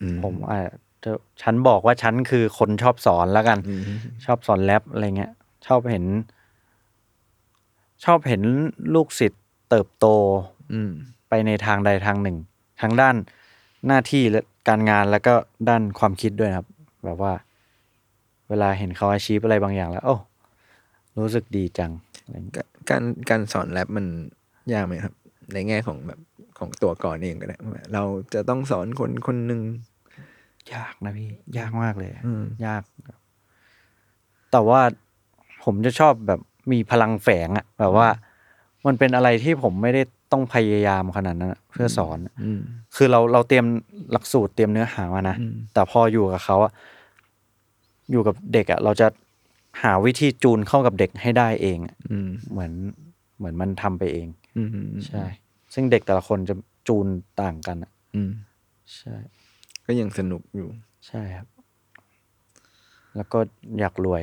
Speaker 3: อืม
Speaker 2: ผมอาจจะฉันบอกว่าฉันคือคนชอบสอนแล้วกัน
Speaker 3: อืม
Speaker 2: ชอบสอนแรปอะไรเงี้ย ชอบเห็น ชอบเห็นลูกศิษย์เติบโต
Speaker 3: อืม
Speaker 2: ไปในทางใดทางหนึ่งทั้งด้านหน้าที่และการงานแล้วก็ด้านความคิดด้วยนะครับ แบบว่า เวลาเห็นเขาอาชีพอะไรบางอย่างแล้ว โอ้รู้สึกดีจัง อะไรอย่างเงี้ย
Speaker 3: การการสอนแรปมันยากไหมครับ ในแง่ของแบบของตัวก่อนเองก็ได้ว่าเราจะต้องสอนคนคนหนึ่ง
Speaker 2: ยากนะพี่ ยากมากเลย
Speaker 3: อืม
Speaker 2: ยากครับแต่ว่าผมจะชอบแบบมีพลังแฝงอะแบบว่า มันเป็นอะไรที่ผมไม่ได้ต้องพยายามขนาดนั้นอะเพื่อสอน
Speaker 3: อืม
Speaker 2: คือเราเราเตรียมหลักสูตรเตรียมเนื้อหามานะ
Speaker 3: อืม
Speaker 2: แต่พออยู่กับเขาอะอยู่กับเด็กอะเราจะหาวิธีจูนเข้ากับเด็กให้ได้เองอะ
Speaker 3: อืม
Speaker 2: เหมือนเหมือนมันทำไปเอง
Speaker 3: อืมอืม
Speaker 2: ใช่ ซึ่งเด็กแต่ละคนจะจูนต่างกันอะ
Speaker 3: อืม
Speaker 2: ใช่
Speaker 3: ก็ยังสนุกอยู่
Speaker 2: ใช่ครับ แล้วก็อยากรวย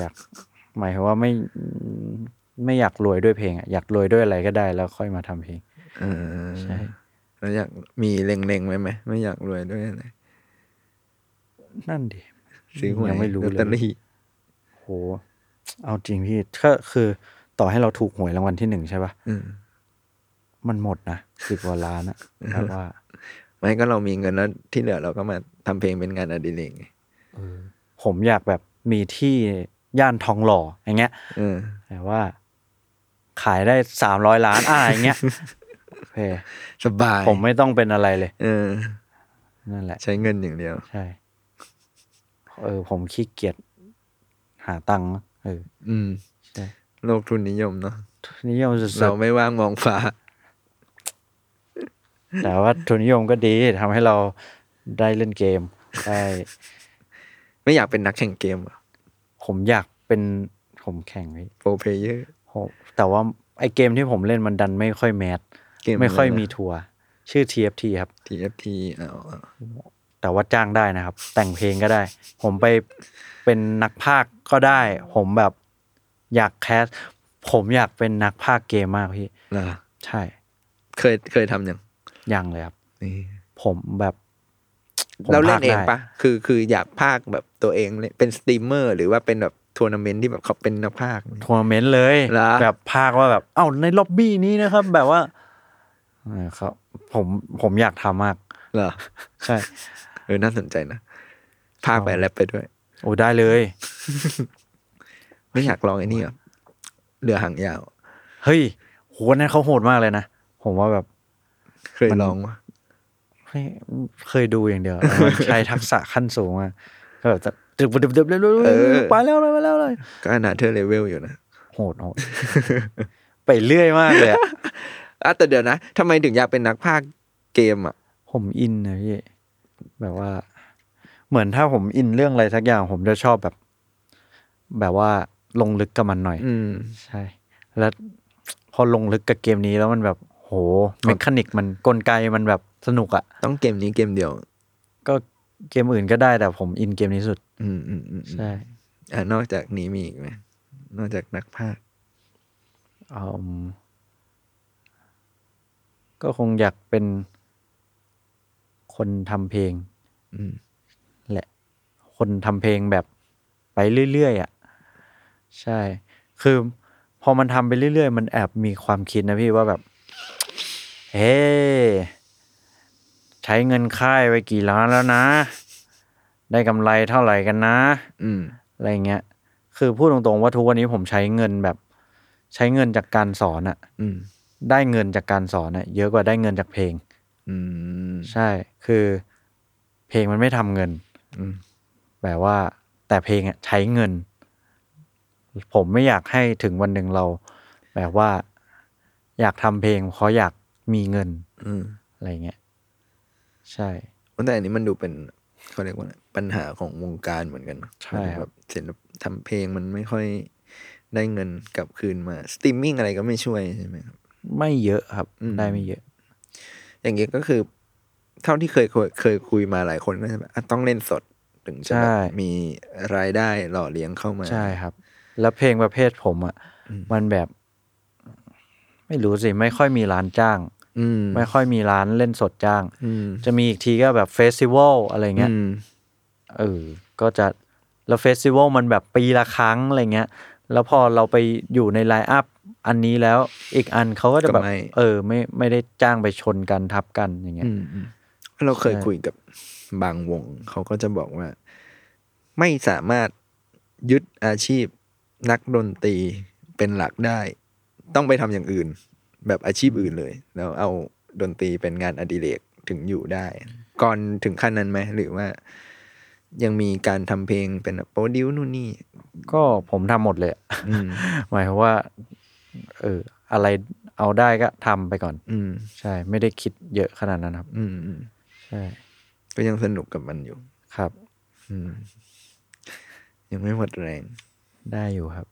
Speaker 2: อยากหมายความว่าไม่ไม่อยากรวยด้วยเพลงอะอยากรวยด้วยอะไรก็ได้ แล้วค่อยมาทำเพลง
Speaker 3: เออ
Speaker 2: ใช่
Speaker 3: แล้วอยากมีเล็งๆไว้ไหมไม่อยากรวยด้วยอะไร
Speaker 2: นั่นดิ
Speaker 3: ซื้อหวย
Speaker 2: ยังไม่รู้เลย
Speaker 3: ลอตเตอรี่
Speaker 2: โห เอาจริงพี่ก็คือต่อให้เราถูกหวยรางวัลที่หนึ่งใช่ปะ
Speaker 3: อืม
Speaker 2: มันหมดนะสิบกว่า
Speaker 3: (laughs)
Speaker 2: ล้านอะแบบว่า
Speaker 3: ไม่ก็เรามีเงินแล้วที่เหลือเราก็มาทำเพลงเป็นงานอดิเรกไง
Speaker 2: ผมอยากแบบมีที่ย่านทองหล่ออย่างเงี้ย
Speaker 3: เออ
Speaker 2: แต่ว่า ขายได้สามร้อยล้านอ่าอย่างเงี้ยโอเค
Speaker 3: สบาย
Speaker 2: ผมไม่ต้องเป็นอะไรเลย
Speaker 3: เออ
Speaker 2: นั่นแหละ
Speaker 3: ใช้เงินอย่างเดียว
Speaker 2: ใช่ เออ ผมขี้เกียจหาตังค์เออ
Speaker 3: อืม
Speaker 2: ใช่
Speaker 3: โลกทุนนิยมเนาะ
Speaker 2: ทุนนิยมสุ
Speaker 3: เรา
Speaker 2: ด
Speaker 3: ไม่ว่างมองฟ้า (laughs)
Speaker 2: ๆแต่ว่าทุนนิยมก็ดีทำให้เราได้เล่นเกมได้
Speaker 3: ไม่อยากเป็นนักแข่งเกมเหรอ
Speaker 2: ผมอยากเป็นผมแข่งไว้
Speaker 3: โปรเพลเยอร์
Speaker 2: โหแต่ว่าไอเกมที่ผมเล่นมันดันไม่ค่อยแมส
Speaker 3: เกม
Speaker 2: ไม่ค่อยมีทัวร์ชื่อ TFT ครับ
Speaker 3: ทีเอฟทีเอาเอา
Speaker 2: แต่ว่าจ้างได้นะครับ แต่งเพลงก็ได้ ผมไปเป็นนักพากย์ก็ได้ ผมแบบอยากแคส ผมอยากเป็นนักพากย์เกมมากพี่
Speaker 3: เหรอ
Speaker 2: ใช่
Speaker 3: เคยเคยทำยัง
Speaker 2: ยังเลยครับ
Speaker 3: นี่
Speaker 2: ผมแบบผม
Speaker 3: เราเล่
Speaker 2: พ
Speaker 3: น
Speaker 2: กย์
Speaker 3: เอง
Speaker 2: ได้
Speaker 3: ปะคือคืออยากพากย์แบบตัวเองเลยเป็นสตรีมเมอร์ หรือว่าเป็นแบบทัวร์นาเมนต์ที่แบบเขาเป็นนักพากย์
Speaker 2: ทัวร์นาเมนต์เลย
Speaker 3: เหรอ
Speaker 2: แบบพากย์ว่าแบบ เอ้าในล็อบบี้นี้นะครับ แบบว่าเออครับผมผมอยากทำมาก
Speaker 3: เหรอ
Speaker 2: ใช่
Speaker 3: เออ น่าสนใจนะ ภาคไปแรปไปด้วย
Speaker 2: โอ้ได้เลย
Speaker 3: ไม่อยากลองไอ้นี่เหรอเรือหางยาว
Speaker 2: เฮ้ยโหนั่นเขาโหดมากเลยนะ ผมว่าแบบ
Speaker 3: เคยลองวะ
Speaker 2: เฮ้ยเคยดูอย่างเดียวแล้วมันใช้ทักษะขั้นสูงอะก็แบบจะดึบดึบดึบเลยไปแล้วเลยไปแล้วเลย
Speaker 3: ก็อนาเธอร์เลเวลอยู่นะ
Speaker 2: โหดโหดไปเรื่อยมากเลยอะ
Speaker 3: อ่ะแต่เดี๋ยวนะทำไมถึงอยากเป็นนักพากย์เกมอ่ะ
Speaker 2: ผมอินนะพี่แบบว่า เหมือนถ้าผมอินเรื่องอะไรสักอย่าง ผมจะชอบแบบ แบบว่าลงลึกกับมันหน่อย
Speaker 3: อืม
Speaker 2: ใช่ แล้วพอลงลึกกับเกมนี้แล้วมันแบบ โหเมคานิกมันกลไกมันแบบสนุกอะ
Speaker 3: ต้องเกมนี้เกมเดียว
Speaker 2: ก็เกมอื่นก็ได้แต่ผมอินเกมนี้สุด
Speaker 3: อืมอืมอืมอืม
Speaker 2: ใช่
Speaker 3: อ่ะนอกจากนี้มีอีกไหมนอกจากนักพากย์
Speaker 2: อืมก็คงอยากเป็นคนทำเพลง
Speaker 3: อืม
Speaker 2: แหละ คนทำเพลงแบบไปเรื่อยๆอ่ะ ใช่ คือพอมันทำไปเรื่อยๆ มันแอบมีความคิดนะพี่ว่าแบบ เฮ้ใช้เงินค่ายไปกี่ล้านแล้วนะ ได้กำไรเท่าไหร่กันนะ
Speaker 3: อืม
Speaker 2: อะไรเงี้ย คือพูดตรงๆว่าทุกวันนี้ผมใช้เงินแบบ ใช้เงินจากการสอนอะ
Speaker 3: อืม
Speaker 2: ได้เงินจากการสอนอะเยอะกว่าได้เงินจากเพลง
Speaker 3: อืม
Speaker 2: ใช่ คือเพลงมันไม่ทำเงิน
Speaker 3: อืม
Speaker 2: แบบว่า แต่เพลงอะใช้เงิน ผมไม่อยากให้ถึงวันหนึ่งเรา แบบว่า อยากทำเพลงเพราะอยากมีเงิน
Speaker 3: อืม
Speaker 2: อะไรเงี้ย ใช่
Speaker 3: แต่อันนี้มันดูเป็นเขาเรียกว่าอะไรปัญหาของวงการเหมือนกันนะ
Speaker 2: ใช่
Speaker 3: มัน
Speaker 2: ค
Speaker 3: แบ
Speaker 2: รับ
Speaker 3: บศิลปทำเพลงมันไม่ค่อยได้เงินกลับคืนมา สตรีมมิ่งอะไรก็ไม่ช่วยใช่ไหมครับ
Speaker 2: ไม่เยอะครับ
Speaker 3: อืม
Speaker 2: ได้ไม่เยอะ
Speaker 3: อย่างเงี้ยก็คือ เท่าที่เคยคุยเคยคุยมาหลายคนก็จะแบบอ่ะต้องเล่นสดถึงจะแบบ
Speaker 2: ใช่
Speaker 3: มีรายได้หล่อเลี้ยงเข้ามา
Speaker 2: ใช่ครับ แล้วเพลงประเภทผมอ่ะ
Speaker 3: อืม
Speaker 2: มันแบบ ไม่รู้สิ ไม่ค่อยมีร้านจ้าง
Speaker 3: อืม
Speaker 2: ไม่ค่อยมีร้านเล่นสดจ้าง
Speaker 3: อืม
Speaker 2: จะมีอีกทีก็แบบเฟสติวัลอะไรเงี้ย
Speaker 3: อืม
Speaker 2: เออก็จะแล้วเฟสติวัลมันแบบปีละครั้งอะไรเงี้ย แล้วพอเราไปอยู่ในไลน์อัพอันนี้แล้วอีกอันเขาก็จะแบบ เออ ไม่ไม่ได้จ้างไปชนกันทับกันอย่างเงี้ย
Speaker 3: อืมอืมเราเคย
Speaker 2: ใช่
Speaker 3: คุยกับบางวง เขาก็จะบอกว่า ไม่สามารถยึดอาชีพนักดนตรี เป็นหลักได้ ต้องไปทำอย่างอื่น แบบอาชีพอื่นเลย แล้วเอาดนตรีเป็นงานอดิเรกถึงอยู่ได้ ก่อนถึงขั้นนั้นไหมหรือว่า ยังมีการทำเพลงเป็นโปรดิวนู่นนี่
Speaker 2: ก็ผมทำหมดเลยอะ (laughs)
Speaker 3: อืม
Speaker 2: หมายความว่าเอออะไรเอาได้ก็ทำไปก่อน
Speaker 3: อืม
Speaker 2: ใช่ ไม่ได้คิดเยอะขนาดนั้นครับ
Speaker 3: อืมอืม
Speaker 2: ใช่
Speaker 3: ก็ยังสนุกกับมันอยู่
Speaker 2: ครับ
Speaker 3: อืม ยังไม่หมดแรง
Speaker 2: ได้อยู่ครับ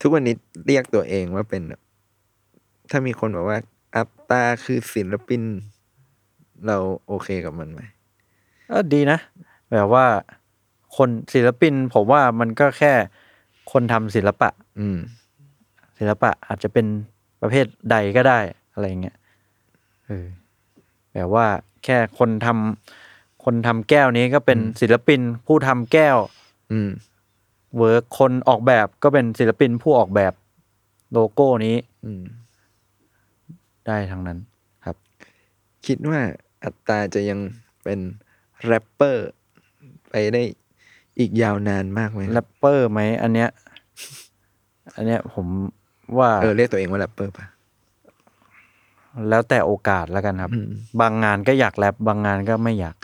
Speaker 3: ทุกวันนี้เรียกตัวเองว่าเป็นแบบถ้ามีคนบอกว่า อัปตาคือศิลปิน เราโอเคกับมันไหม
Speaker 2: เออดีนะ แบบว่าคนศิลปิน ผมว่ามันก็แค่คนทำศิลปะ
Speaker 3: อืม
Speaker 2: ศิลปะอาจจะเป็นประเภทใดก็ได้อะไรอย่างเงี้ยเออแบบว่าแค่คนทำคนทำแก้วนี้ก็เป็นศิลปินผู้ทำแก้ว
Speaker 3: อืม
Speaker 2: เวิร์คคนออกแบบก็เป็นศิลปินผู้ออกแบบโลโก้นี้
Speaker 3: อืม
Speaker 2: ได้ทั้งนั้นครับ
Speaker 3: คิดว่าอัตตาจะยังเป็นแรปเปอร์ ไปได้อีกยาวนานมากไหม
Speaker 2: แรปเปอร์ไหมอันเนี้ย อันเนี้ยผมว่า
Speaker 3: เออเรียกตัวเองว่าแรปเปอร์ป่ะ
Speaker 2: แล้วแต่โอกาสแล้วกันครับ
Speaker 3: อืม
Speaker 2: บางงานก็อยากแรปบางงานก็ไม่อยาก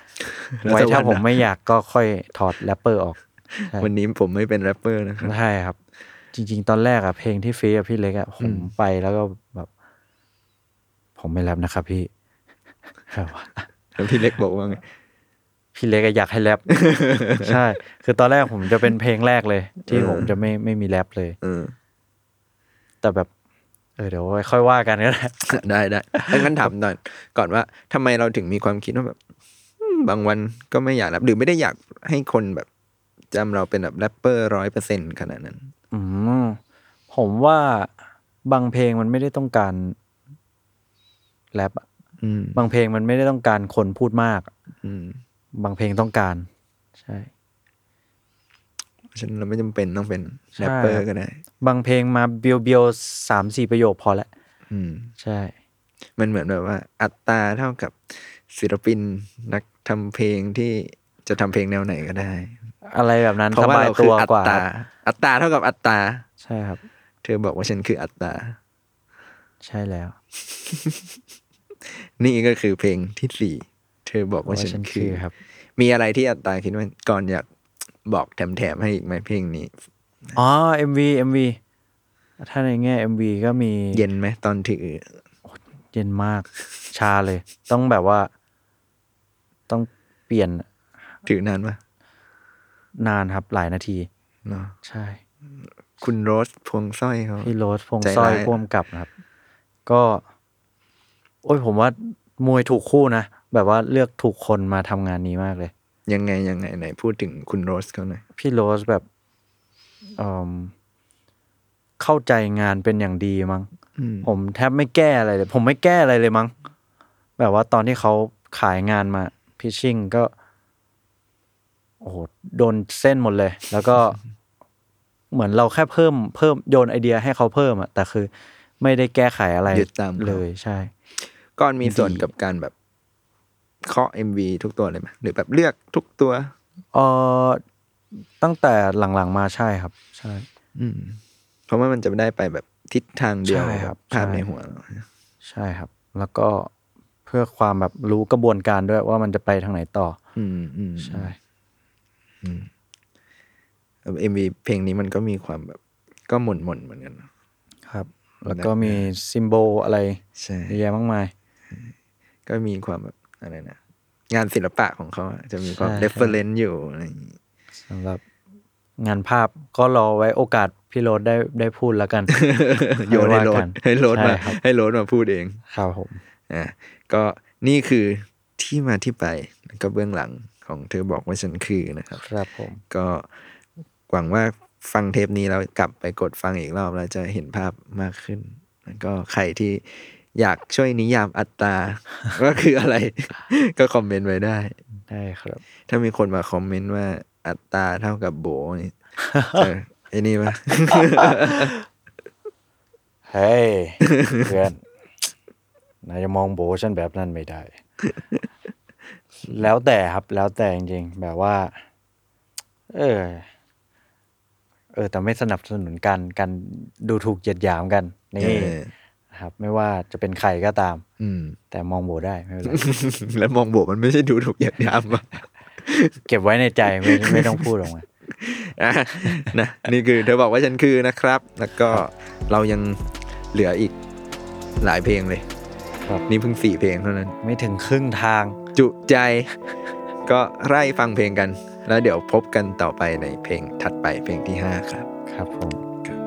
Speaker 3: แล้ว
Speaker 2: ไว้
Speaker 3: แต่
Speaker 2: ถ้า
Speaker 3: วันนะ
Speaker 2: ผมไม่อยากก็ค่อยถอดแรปเปอร์ออก ใช่
Speaker 3: วันนี้ผมไม่เป็นแรปเปอร์นะครับ
Speaker 2: ใช่ครับ จริง ๆ ตอนแรกอะเพลงที่ฟีกับพี่เล็กอะผมไปแล้วก็แบบ ผมไม่แรปนะครับพี่ (laughs) แบบว่า
Speaker 3: แล้วพี่เล็กบอกว่า
Speaker 2: (laughs)
Speaker 3: ไง
Speaker 2: พี่เล็กอะอยากให้แรป (laughs) ใช่ คือตอนแรกผมจะเป็นเพลงแรกเลย ที่
Speaker 3: เออ
Speaker 2: ผมจะไม่ไม่มีแรปเลย
Speaker 3: เออ
Speaker 2: แต่แบบ เออเดี๋ยวไว้ค่อยว่ากันก็ได้
Speaker 3: (laughs) ได้ได้ดังนั้นถามหน่อยก่อนว่าทำไมเราถึงมีความคิดว่าแบบอืมบางวันก็ไม่อยากรับหรือไม่ได้อยากให้คนแบบจำเราเป็นแบบแรปเปอร์ร้อยเปอร์เซ็นต์ขนาดนั้น
Speaker 2: อืมผมว่าบางเพลงมันไม่ได้ต้องการแรปอะ
Speaker 3: อืม
Speaker 2: บางเพลงมันไม่ได้ต้องการคนพูดมาก
Speaker 3: อืม
Speaker 2: บางเพลงต้องการ ใช่
Speaker 3: เพราะฉะนั้นเราไม่จำเป็นต้องเป็น
Speaker 2: ใช่
Speaker 3: แรปเปอร์ก็ได้
Speaker 2: บางเพลงมาเบียวเบียวๆสามสี่ประโยคพอละ
Speaker 3: อืม
Speaker 2: ใช่
Speaker 3: มันเหมือนแบบว่า อัตราเท่ากับศิลปินนักทำเพลงที่จะทำเพลงแนวไหนก็ได้
Speaker 2: อะไรแบบนั้น
Speaker 3: เพราะ
Speaker 2: ส
Speaker 3: ว่า
Speaker 2: บาย
Speaker 3: เราคื
Speaker 2: ตั
Speaker 3: อ
Speaker 2: ว
Speaker 3: อั
Speaker 2: กว่า
Speaker 3: ตราอัตราเท่ากับอัตรา
Speaker 2: ใช่ครับ
Speaker 3: เธอบอกว่าฉันคืออัตรา
Speaker 2: ใช่แล้ว
Speaker 3: นี่ก็คือเพลงที่สี่เธอบอกว่า
Speaker 2: ว่า
Speaker 3: ฉัน
Speaker 2: ฉัน
Speaker 3: คื
Speaker 2: คือ อครับ
Speaker 3: มีอะไรที่อัตตาคิดว่าก่อนอยากบอกแถมๆให้อีกไหมเพลงนี้
Speaker 2: อ๋อ MV MV ถ้าในแง่ MV ก็มี
Speaker 3: เย็นไหมตอนถือ
Speaker 2: เย็นมาก ชาเลย ต้องแบบว่า ต้องเปลี่ยน
Speaker 3: ถือนานปะ
Speaker 2: นานครับหลายนาที
Speaker 3: เนาะ
Speaker 2: ใช่
Speaker 3: คุณโรสพวงสร้อยเขา
Speaker 2: พี่โรสพงษ์สร้อย
Speaker 3: ใจร้าย
Speaker 2: พ่วมกับนะครับ ก็ โอ้ยผมว่ามวยถูกคู่นะ แบบว่าเลือกถูกคนมาทำงานนี้มากเลย
Speaker 3: ยังไงยังไงไหนพูดถึงคุณโรสเขาหน่อย
Speaker 2: พี่โรสแบบเอิ่มเข้าใจงานเป็นอย่างดีมั้ง
Speaker 3: อืม
Speaker 2: ผมแทบไม่แก้อะไรเลย ผมไม่แก้อะไรเลยมั้ง แบบว่าตอนที่เขาขายงานมาพิชชิ่งก็ โอ้โหโดนเส้นหมดเลย แล้วก็ (laughs) เหมือนเราแค่เพิ่มเพิ่มโยนไอเดียให้เขาเพิ่มอะแต่คือไม่ได้แก้ไขอะไร
Speaker 3: ยึดตามเขา
Speaker 2: เลยใช่
Speaker 3: ก้อนมีส่วนกับการแบบเคาะเอ็มวีทุกตัวเลยไหมหรือแบบเลือกทุกตัว
Speaker 2: เออตั้งแต่หลังๆมาใช่ครับ ใช่
Speaker 3: อืม เพราะว่ามันจะไม่ได้ไปแบบทิศทางเดียว
Speaker 2: ใช่ครับ
Speaker 3: ภาพ
Speaker 2: ใช่
Speaker 3: ในหัวเรา
Speaker 2: ใช่ครับ แล้วก็เพื่อความแบบรู้กระบวนการด้วยว่ามันจะไปทางไหนต่อ
Speaker 3: อืมอืม
Speaker 2: ใช่
Speaker 3: เอ็มวีเพลงนี้มันก็มีความแบบ ก็หม่นหม่นๆเหมือนกันเนอะ
Speaker 2: ครับ แล้วก็มีซิมโบลอะไร
Speaker 3: ใช่
Speaker 2: เยอะแยะมากมาย
Speaker 3: ก็มีความแบบอะไรนะงานศิลปะของเขาอะจะมีความ
Speaker 2: ใช่
Speaker 3: เรฟเฟอร์เรนซ์อยู่อะไรอย่างงี้
Speaker 2: สำหรับงานภาพก็รอไว้โอกาสพี่โรดได้ได้พูดแล้วกัน
Speaker 3: (laughs) โยนให้โร
Speaker 2: ว่า
Speaker 3: ด
Speaker 2: กัน
Speaker 3: ให้โรดมา
Speaker 2: ใช่ครับ
Speaker 3: ให้โรดมาพูดเอง
Speaker 2: ครับผม
Speaker 3: อ่ะก็นี่คือที่มาที่ไปแล้วก็เบื้องหลังของเธอบอกว่าฉันคือนะครับ
Speaker 2: ครับผม
Speaker 3: ก็หวังว่าฟังเทปนี้แล้วกลับไปกดฟังอีกรอบแล้วจะเห็นภาพมากขึ้น แล้วก็ใครที่อยากช่วยนิยามอัตรา ว่าคืออะไร (laughs) ก็คอมเมนต์ไว้ได้
Speaker 2: ได้ครับ
Speaker 3: ถ้ามีคนมาคอมเมนต์ว่าอัตราเท่ากับโบนี่
Speaker 2: (laughs)
Speaker 3: จะไอ้นี่ปะ
Speaker 2: เฮ้
Speaker 3: (laughs)
Speaker 2: ย เพื่อนนายจะมองโบฉันแบบนั้นไม่ได้ แล้วแต่ครับแล้วแต่จริงๆแบบว่า เออ เออแต่ไม่สนับสนุนการการดูถูกเหยียดหยามกันนี่
Speaker 3: เออ
Speaker 2: นะครับ ไม่ว่าจะเป็นใครก็ตาม
Speaker 3: อืม (laughs)
Speaker 2: แต่มองโบได้ไม่เป็นไร
Speaker 3: แล้วมองบวกมันไม่ใช่ดูถูกเหยียดหยามอะ (laughs)
Speaker 2: เก็บไว้ในใจไม่ไม่ต้องพูดออกมา
Speaker 3: อ่ะนะนี่คือเธอบอกว่าฉันคือนะครับ แล้วก็เรายังเหลืออีกหลายเพลงเลย
Speaker 2: ครับ
Speaker 3: นี่เพิ่งสี่เพลงเท่านั้น
Speaker 2: ไม่ถึงครึ่งทาง
Speaker 3: จุใจ ก็ไล่ฟังเพลงกัน แล้วเดี๋ยวพบกันต่อไปในเพลงถัดไปเพลงที่ 5 ครับ
Speaker 2: ครับผม
Speaker 3: ครับ